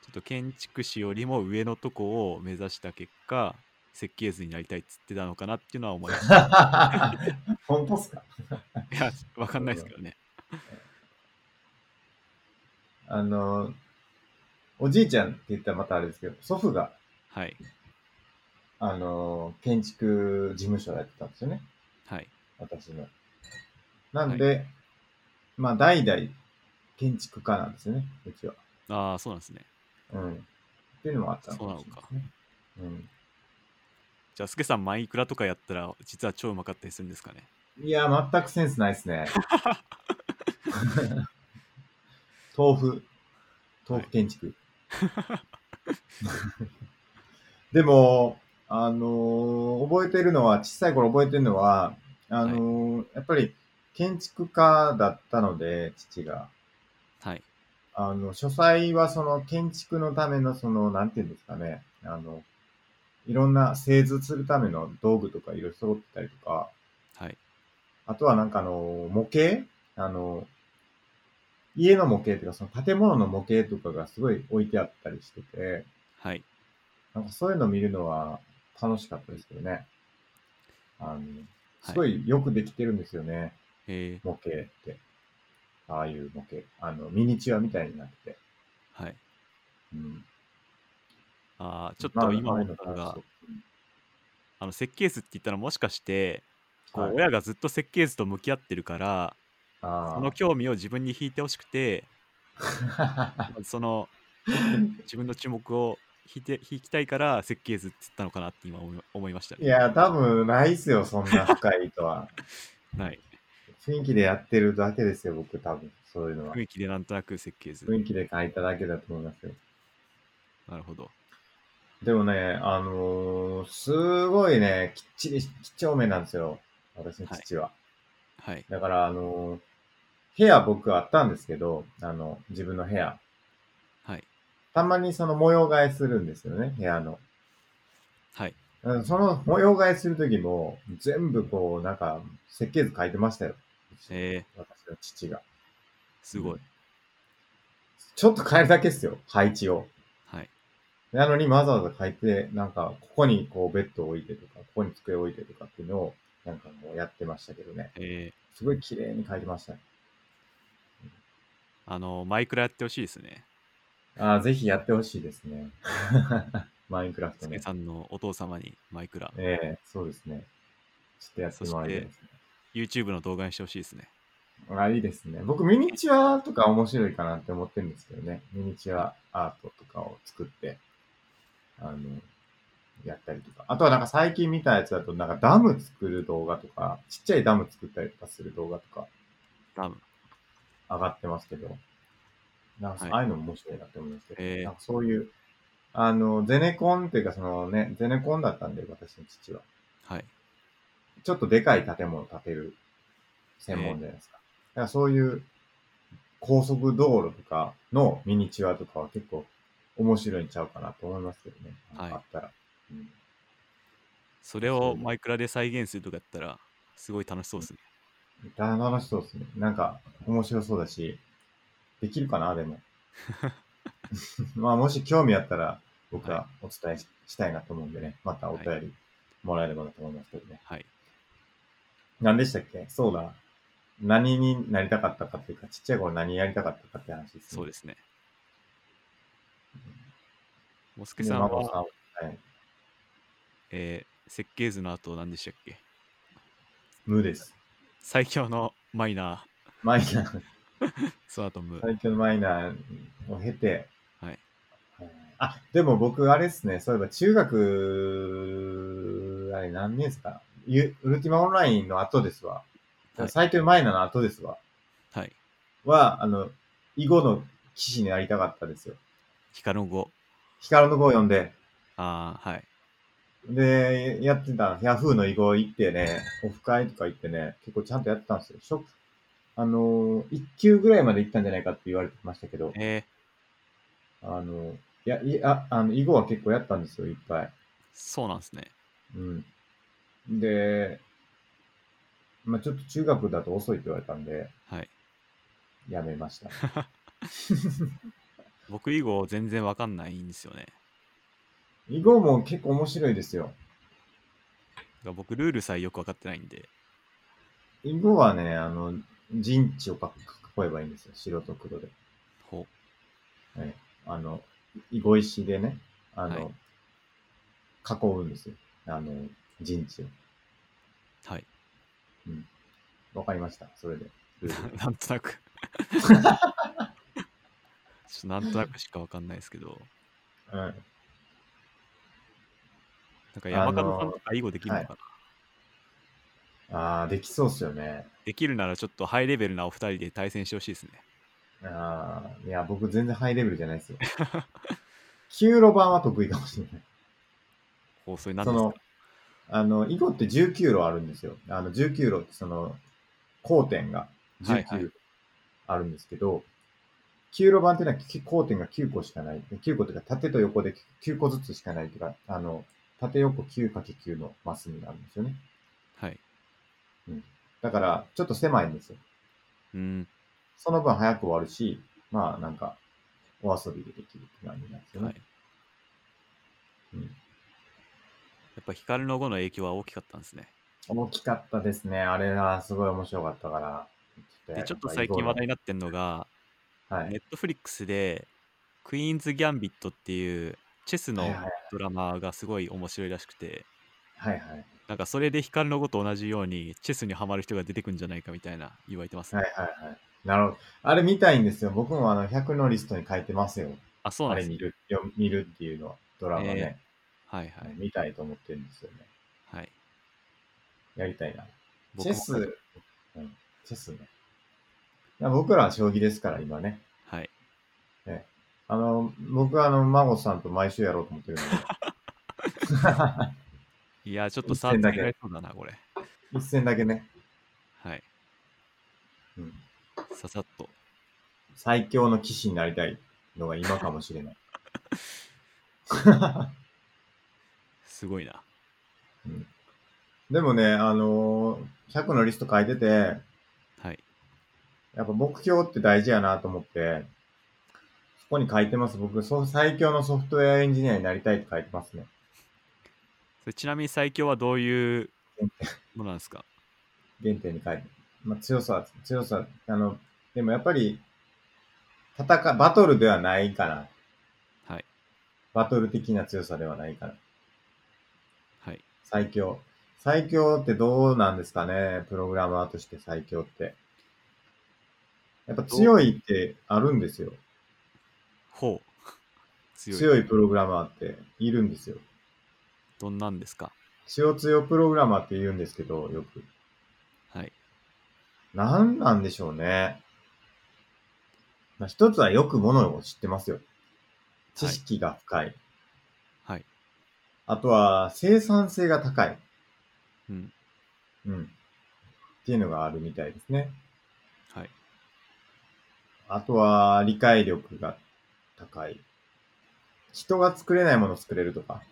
S2: ちょっと建築士よりも上のとこを目指した結果、設計図になりたいっつってたのかなっていうのは思いまし [laughs]
S1: う。本当っすか
S2: た。いや、わかんないですけどね。
S1: あの、おじいちゃんって言ったらまたあれですけど、祖父が、
S2: はい。
S1: あの、建築事務所をやってたんですよね。
S2: はい。
S1: 私の。なんで、まあ、代々建築家なんですよね、うちは。
S2: ああ、そうなんですね。
S1: うん。っていうのもあったのもしれないですね。うん。
S2: じゃあ、すけさん、マイクラとかやったら、実は超うまかったりするんですかね。
S1: いや、全くセンスないですね。 [laughs] 豆腐、豆腐建築。でも、あのー覚えてるのは、小さい頃覚えてるのは、あのーやっぱり建築家だったので、父が。
S2: はい。
S1: あの、書斎はその建築のための、その、なんていうんですかね、あの、いろんな製図するための道具とかいろいろ揃ってたりとか、
S2: はい。
S1: あとはなんかあの、模型あの、家の模型とか、その建物の模型とかがすごい置いてあったりしてて、
S2: はい。
S1: なんかそういうの見るのは楽しかったですけどね。あの、すごいよくできてるんですよね、
S2: え
S1: 模型って。ああいう模型。あの、ミニチュアみたいになってて。
S2: ー、はい。
S1: うん。
S2: ああ、ちょっ
S1: ま
S2: と
S1: あ
S2: 今
S1: ああい
S2: 思
S1: う
S2: ったの
S1: 楽し
S2: が
S1: そう、
S2: あの設計図って言ったらもしかしてこ
S1: は
S2: う
S1: い
S2: 親がずっと設計図と向き合ってるから、
S1: あ
S2: その興味を自分に引いてほしくて
S1: あ。
S2: その自分の注目を引いて引きたいから設計図って言ったのかなって今思い思いました、
S1: [laughs] いや、多分ないっすよ、そんな深いとは。
S2: はい、
S1: 雰囲気でやってるだけですよ、僕、多分。そういうのは
S2: 雰。囲気でなんとなく設計図
S1: 雰囲気で書いただけだと思いますよ。
S2: なるほど
S1: でもね、あのーすごいね、きっちり、几帳面なんですよ。私の父は。
S2: はい
S1: だから、あのー部屋僕あったんですけど、あの、自分の部屋。
S2: はい
S1: たまにその模様替えするんですよね、部屋の。
S2: はい
S1: うんその模様替えするときも、全部こう、なんか、設計図書いてましたよ。
S2: え
S1: 私の父が。
S2: ー、すごい、
S1: ちょっと変えるだけですよ、配置を。
S2: はい
S1: なのにわざわざ変えて、なんか、ここにこうベッドを置いてとか、ここに机を置いてとかっていうのを、なんかもうやってましたけどね。
S2: えー、
S1: すごい綺麗に変えてましたね。
S2: あのマイクラやってほしいですね
S1: ああ、ぜひやってほしいですね。マインクラフト
S2: すけ
S1: ね。
S2: さんのお父様にマイクラ
S1: ええそうですね。ちょっとやってもらいたいですね。
S2: YouTube の動画にしてほしいですね
S1: あいいですね。僕、ミニチュアとか面白いかなって思ってるんですけどね。ミニチュアアートとかを作って、あの、やったりとか。あとはなんか最近見たやつだと、なんかダム作る動画とか、ちっちゃいダム作ったりとかする動画とか
S2: ダム
S1: 上がってますけど、なんか
S2: はい
S1: ああいうのも面白いなって思いますけど、
S2: えー
S1: なんかそういう、あの、ゼネコンっていうかそのね、ゼネコンだったんで、私の父は。
S2: はい
S1: ちょっとでかい建物を建てる専門じゃないですか。だからそういう高速道路とかのミニチュアとかは結構面白いんちゃうかなと思いますけどね。な
S2: はい
S1: んかあったら。うん
S2: それをマイクラで再現するとかやったらすごい楽しそうですね
S1: 楽しそうですね。なんか面白そうだし、できるかな、で
S2: [laughs]
S1: も。まあ、もし興味あったら僕はお伝えし,、たいなと思うんでね。またお便りもらえればなと思いますけどね。
S2: はい
S1: 何でしたっけそうだ。何になりたかったかっていうか、ちっちゃい頃何やりたかったかって話ですね。
S2: そうですね。もすけ
S1: で
S2: さん
S1: 孫
S2: は、
S1: さんはい。
S2: えー設計図の後何でしたっけ
S1: 無です。
S2: 最強のマイナ
S1: マイナー、
S2: ー、その後ムー。
S1: 最強のマイナーを経て、
S2: はい。
S1: あ、でも僕、あれですね、そういえば中学、あれ何年ですかゆウルティマオンラインの後ですわ。
S2: はい
S1: 最強マイナーの後ですわ。
S2: はい。
S1: は、あの、囲碁の棋士になりたかったですよ。
S2: 光の語。
S1: 光の碁を読んで、
S2: ああ、はい。
S1: で、やってた、ヤフーの囲碁行ってね、オフ会とか行ってね、結構ちゃんとやってたんですよ。しょあのー、1級ぐらいまで行ったんじゃないかって言われてましたけど、
S2: えー
S1: あの、いや、いや、あの、囲碁は結構やったんですよ、いっぱい。
S2: そうなんですね。
S1: うん。で、まあちょっと中学だと遅いって言われたんで、
S2: はい。
S1: やめました。 [laughs]
S2: 僕以後全然わかんないんですよね。
S1: 囲碁も結構面白いですよ。
S2: だから僕ルールさえよくわかってないんで。
S1: 囲碁はね、あの、陣地をか囲えばいいんですよ、白と黒で。
S2: ほ
S1: はい、あの、囲碁石でね、あの、
S2: は
S1: 囲
S2: い
S1: うんですよ。あの、陣地を。
S2: う。はい。 [laughs]
S1: わかりました、それで。ルール
S2: なんとなく [laughs] ちょっとなんとなくしかわかんないですけど。
S1: うん
S2: なんか山上さんとか囲碁できるのかな、
S1: ああ、できそうっすよね。
S2: できるならちょっとハイレベルなお二人で対戦してほしいですね。
S1: ああ、いや、僕全然ハイレベルじゃないです
S2: [laughs]
S1: よ。9路版は得意かもしれない。
S2: 放送にな
S1: その、あの、囲碁って19路あるんですよ。あの、19路ってその、交点が
S2: はいはい
S1: 19あるんですけど、9路盤っていうのはき交点が9個しかない。9個というか、縦と横で9個ずつしかないというか、あの、縦横 9×9 のマスになるんですよね。
S2: はい。
S1: だから、ちょっと狭いんですよ。
S2: うん。
S1: その分早く終わるし、まあ、なんか、お遊びでできるって感じなんですよね。
S2: はい。
S1: うん
S2: やっぱ光の碁の影響は大きかったんですね。
S1: 大きかったですね。あれはすごい面白かったから。
S2: で、ちょっと最近話題になってんのが、
S1: はい。
S2: ネットフリックスで、クイーンズ・ギャンビットっていうチェスの
S1: はいはい
S2: ドラマがすごい面白いらしくて、
S1: はいはい。
S2: なんかそれで光の碁と同じようにチェスにはまる人が出てくんじゃないかみたいな言われてますね。
S1: はいはいはい。なるほど。あれ見たいんですよ。僕もあの、100のリストに書いてますよ。
S2: あ、そう
S1: あ
S2: なん
S1: れ
S2: です
S1: 見
S2: ね。
S1: る、よ見るっていうのは、ドラマね、
S2: はいはい。
S1: 見たいと思ってるんですよね。
S2: はい、
S1: やりたいな。
S2: 僕
S1: チ
S2: も
S1: ェス、うん、チェスね。いや僕らは将棋ですから、今ね。
S2: はい。
S1: あの、僕はあの、孫さんと毎週やろうと思ってる
S2: [laughs]
S1: ので。
S2: いや、ちょっと
S1: 一
S2: サー
S1: 戦
S2: チ
S1: だけ
S2: 違いそうだな、これ。
S1: 一戦だけね。
S2: はい。
S1: うん。
S2: ささっと。
S1: 最強の騎士になりたいのが今かもしれ
S2: [laughs]
S1: ない。
S2: すごいな。
S1: うんでもね、あのー100のリスト書いてて、
S2: はい。
S1: やっぱ目標って大事やなと思って、そこに書いてます。僕、そう最強のソフトウェアエンジニアになりたいって書いてますね。
S2: それちなみに最強はどういうものなんですか
S1: 原点に書いて。まあ、強さ、強さ、あの、でもやっぱり、戦い、バトルではないかな。
S2: はい。
S1: バトル的な強さではないかな。
S2: はい。
S1: 最強。最強ってどうなんですかねプログラマーとして最強って。やっぱ強いってあるんですよ。
S2: ほう。強い。
S1: 強いプログラマーっているんですよ。
S2: どんなんですか
S1: 強強プログラマーって言うんですけど、よく。
S2: はい。
S1: なんなんでしょうね。まあ、一つはよくものを知ってますよ。知識が深い。
S2: はい。
S1: あとは生産性が高い。
S2: うん。
S1: うん。っていうのがあるみたいですね。
S2: はい。
S1: あとは理解力が高い。人が作れないものを作れるとか。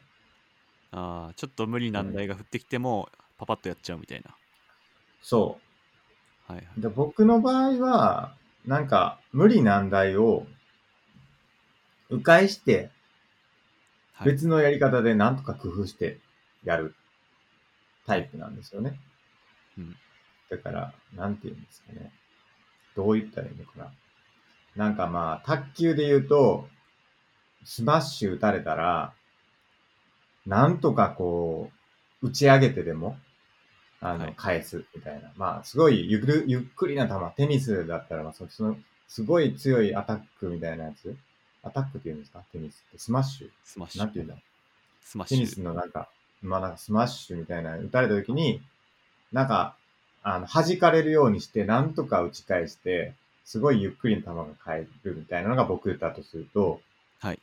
S2: ああ、ちょっと無理難題が降ってきても、パパッとやっちゃうみたいな。
S1: そう。
S2: はいはい。
S1: で僕の場合は、なんか、無理難題を、迂回して、
S2: はい、
S1: 別のやり方でなんとか工夫してやるタイプなんですよね。
S2: うん
S1: だから、なんて言うんですかね。どう言ったらいいのかな。なんかまあ、卓球で言うと、スマッシュ打たれたら、なんとかこう、打ち上げてでも、あ
S2: は
S1: の、
S2: い
S1: 返すみたいな。まあ、すごいゆるゆっくりな球、テニスだったら、まあ、そその、すごい強いアタックみたいなやつ。アタックって言うんですかテニスって。スマッシ
S2: スマッ
S1: ュ
S2: シ
S1: なんて言
S2: ュ
S1: うん。だ
S2: スマッ
S1: テ
S2: シ
S1: ニス
S2: ュ。
S1: のなんか、まあなんかスマッシュみたいな打たれた時に、なんか、あの、弾かれるようにして、なんとか打ち返して、すごいゆっくりの球が返るみたいなのが僕だとすると、
S2: はい。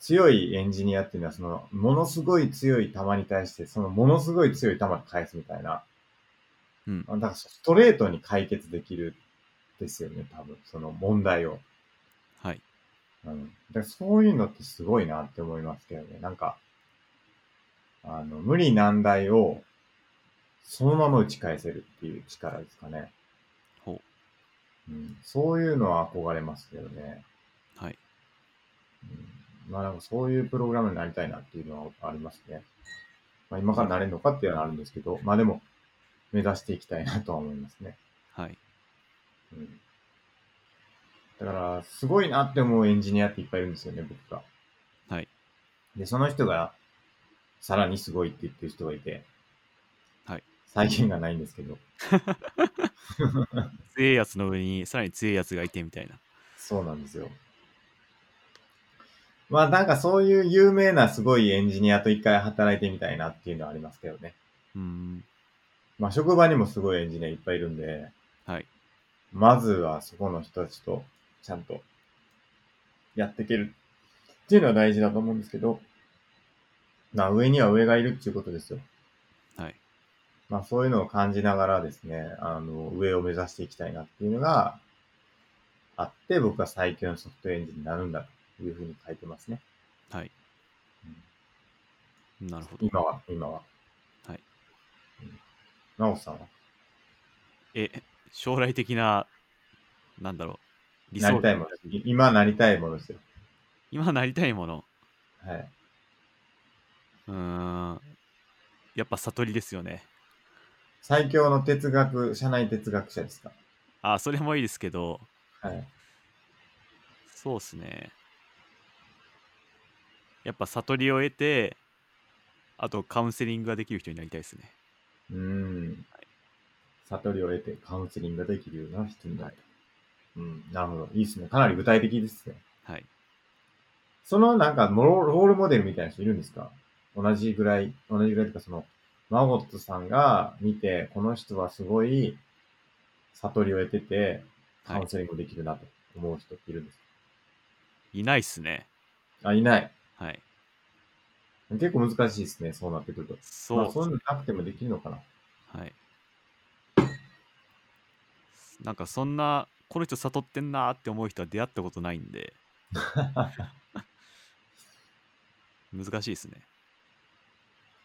S1: 強いエンジニアっていうのは、その、ものすごい強い球に対して、そのものすごい強い球で返すみたいな。
S2: うん
S1: あ。だからストレートに解決できるですよね、多分。その問題を。
S2: はい。
S1: うん、だからそういうのってすごいなって思いますけどね。なんか、あの、無理難題をそのまま打ち返せるっていう力ですかね。
S2: ほ
S1: うん、そういうのは憧れますけどね。
S2: う。はい。
S1: うん、まあなんかそういうプログラムになりたいなっていうのはありますね。まあ今からなれるのかっていうのはあるんですけど、まあでも目指していきたいなとは思いますね。
S2: はい。
S1: うん、だから、すごいなって思うエンジニアっていっぱいいるんですよね、僕が。
S2: はい。
S1: で、その人が、さらにすごいって言ってる人がいて、
S2: はい。
S1: 再現がないんですけど、
S2: 強いやつの上にさらに強いやつがいてみたいな。
S1: そうなんですよ。まあなんかそういう有名なすごいエンジニアと一回働いてみたいなっていうのはありますけどね。
S2: うーん。
S1: まあ職場にもすごいエンジニアいっぱいいるんで、
S2: はい。
S1: まずはそこの人たちとちゃんとやっていけるっていうのは大事だと思うんですけど、まあ上には上がいるっていうことですよ。
S2: はい。
S1: まあそういうのを感じながらですね、あの、上を目指していきたいなっていうのがあって、僕は最強のソフトエンジンになるんだというふうに書いてますね。
S2: はい。なるほど。
S1: 今は、今は。
S2: はい。
S1: なおさんは
S2: え、将来的な、なんだろう。理
S1: なりたいもの。い今なりたいものですよ。
S2: 今なりたいもの。
S1: はい。
S2: うーん。やっぱ悟りですよね。
S1: 最強の哲学、社内哲学者ですか
S2: あ、それもいいですけど、
S1: はい。
S2: そうっすね。やっぱ悟りを得て、あとカウンセリングができる人になりたいですね。
S1: うーん。悟りを得てカウンセリングができるような人になる。うん、なるほど。いいですね。かなり具体的ですね。
S2: はい。
S1: そのなんかモロ、ロールモデルみたいな人いるんですか同じぐらい、同じぐらいとか、その、マゴットさんが見て、この人はすごい悟りを得てて、カ
S2: は
S1: ウンセリングできるなと思う人っているんですか、
S2: い、いないっすね。
S1: あ、いない。
S2: はい。
S1: 結構難しいですね、そうなってくると。
S2: そう、
S1: まあ、そういうのなくてもできるのかな
S2: はい。なんかそんな、この人悟ってんなーって思う人は出会ったことないんで、難しいですね。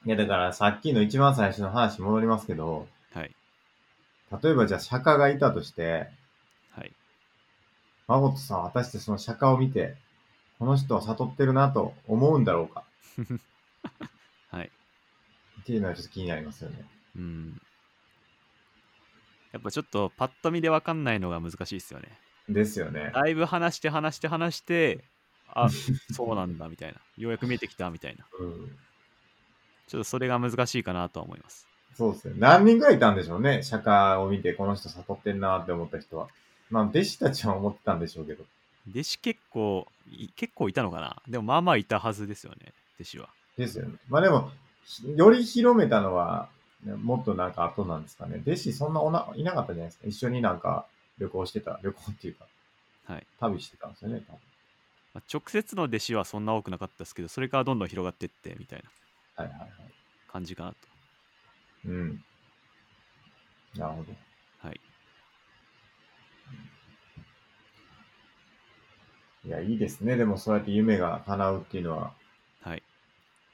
S1: いや、だからさっきの一番最初の話戻りますけど、
S2: はい。
S1: 例えばじゃあ釈迦がいたとして、
S2: はい。
S1: マゴットさんは果たしてその釈迦を見て、この人は悟ってるなと思うんだろうか
S2: はい。
S1: っていうのはちょっと気になりますよね。
S2: うん。やっぱちょっとパッと見でわかんないのが難しいですよね。
S1: ですよね。
S2: だいぶ話して話して話して、あ、そうなんだみたいな。ようやく見えてきたみたいな。
S1: うん。
S2: ちょっとそれが難しいかなとは思います。
S1: そうですね。何人ぐらいいたんでしょうね。釈迦を見て、この人悟ってんなって思った人は。まあ、弟子たちは思ってたんでしょうけど。
S2: 弟子結構、い結構いたのかなでもまあまあいたはずですよね、弟子は。
S1: ですよね。まあでも、ひより広めたのは、ねもっとなんか後なんですかね。弟子そんなおないなかったじゃないですか。一緒になんか旅行してた。旅行っていうか、
S2: はい。
S1: 旅してたんですよね。多分
S2: まあ直接の弟子はそんな多くなかったですけど、それからどんどん広がってってみたいな
S1: はいはいはい。
S2: 感じかなと。
S1: うん。なるほど。
S2: はい。
S1: いや、いいですね。でもそうやって夢が叶うっていうのは、
S2: はい。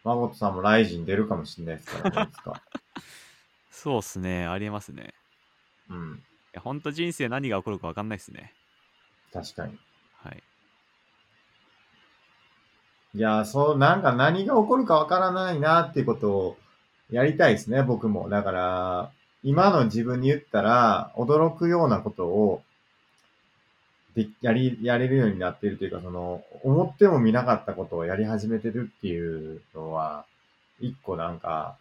S1: マゴトさんもライジン出るかもしれないですからね、いつか。
S2: そうっすね、ありえますね。
S1: うん。
S2: いや、ほんと人生何が起こるか分かんないっすね。
S1: 確かに。
S2: はい。
S1: いやー、そう、なんか何が起こるかわからないなっていうことをやりたいですね、僕も。だから、今の自分に言ったら、驚くようなことを、で、やり、やれるようになっているというか、その、思っても見なかったことをやり始めてるっていうのは、一個なんか、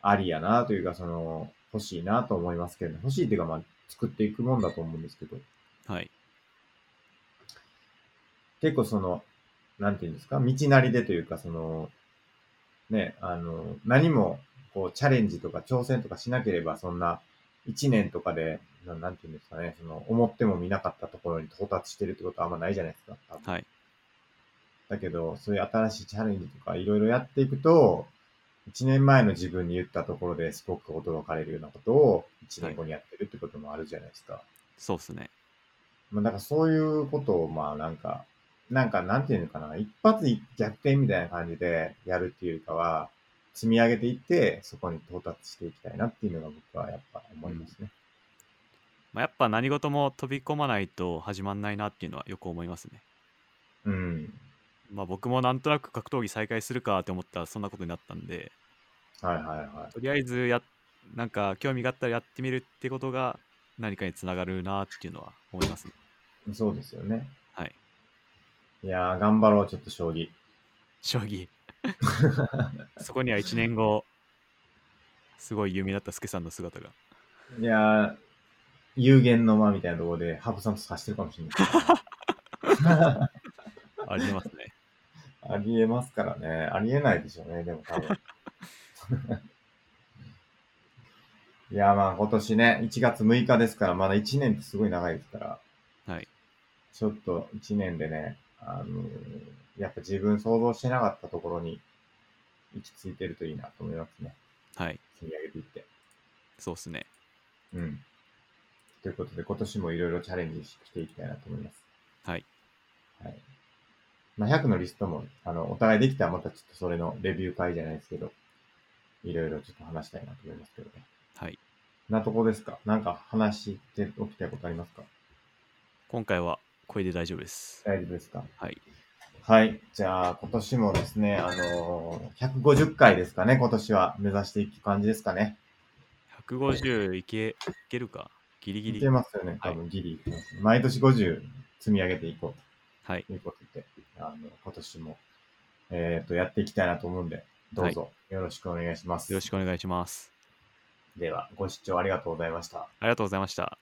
S1: ありやなというか、その、欲しいなと思いますけど、欲しいっていうか、まあ、作っていくもんだと思うんですけど、
S2: はい。
S1: 結構その、なんていうんですか、道なりでというか、その、ね、あの、何も、こう、チャレンジとか挑戦とかしなければ、そんな、一年とかで、ななんていうんですかね、その、思っても見なかったところに到達してるってことはあんまないじゃないですか。多分
S2: はい。
S1: だけど、そういう新しいチャレンジとかいろいろやっていくと、1年前の自分に言ったところですごく驚かれるようなことを1年後にやってるってこともあるじゃないですか。
S2: そうっすね。
S1: まあ、だからそういうことを、まあなんか、なんかなんていうのかな、一発逆転みたいな感じでやるっていうよりかは、積み上げていって、そこに到達していきたいなっていうのが僕はやっぱ思いますね。
S2: まあ、やっぱ何事も飛び込まないと始まんないなっていうのはよく思いますね。
S1: うん。
S2: まあ僕もなんとなく格闘技再開するかって思ったらそんなことになったんで、
S1: はいはいはい。
S2: とりあえずや、なんか興味があったらやってみるってことが何かにつながるなっていうのは思いますね。
S1: そうですよね。
S2: はい。
S1: いやー、頑張ろう、ちょっと将棋。
S2: 将棋。
S1: [laughs]
S2: そこには1年後、すごい有名だったスケさんの姿が。
S1: いやー、有限の間みたいなところで、ハブさんと差してるかもしれない。
S2: ありますね。
S1: ありえますからね。ありえないでしょうね、でも多分。いやー、まあ今年ね、1月6日ですから、まだ1年ってすごい長いですから、
S2: はい。
S1: ちょっと1年でね、あのーやっぱ自分想像してなかったところに行き着いてるといいなと思いますね。
S2: はい。
S1: 積み上げていって。
S2: そうっすね。
S1: うん。ということで、今年もいろいろチャレンジしていきたいなと思います。
S2: はい。
S1: はい。まあ、100のリストも、あの、お互いできたらまたちょっとそれのレビュー会じゃないですけど、いろいろちょっと話したいなと思いますけどね。
S2: はい。
S1: なとこですかなんか話しておきたいことありますか
S2: 今回はこれで大丈夫です。
S1: 大丈夫ですか
S2: はい。
S1: はい。じゃあ、今年もですね、あのー150回ですかね、今年は目指していく感じですかね。
S2: 150いけ、いけるかギリギ
S1: い
S2: リ
S1: け。ますよね、多分ギリいけます、ね毎年50積み上げていこう
S2: はい。
S1: ということで、あの、今年も、えっ、と、やっていきたいなと思うんで、どうぞよろしくお願いします。
S2: よろしくお願いします。
S1: では、ご視聴ありがとうございました。
S2: ありがとうございました。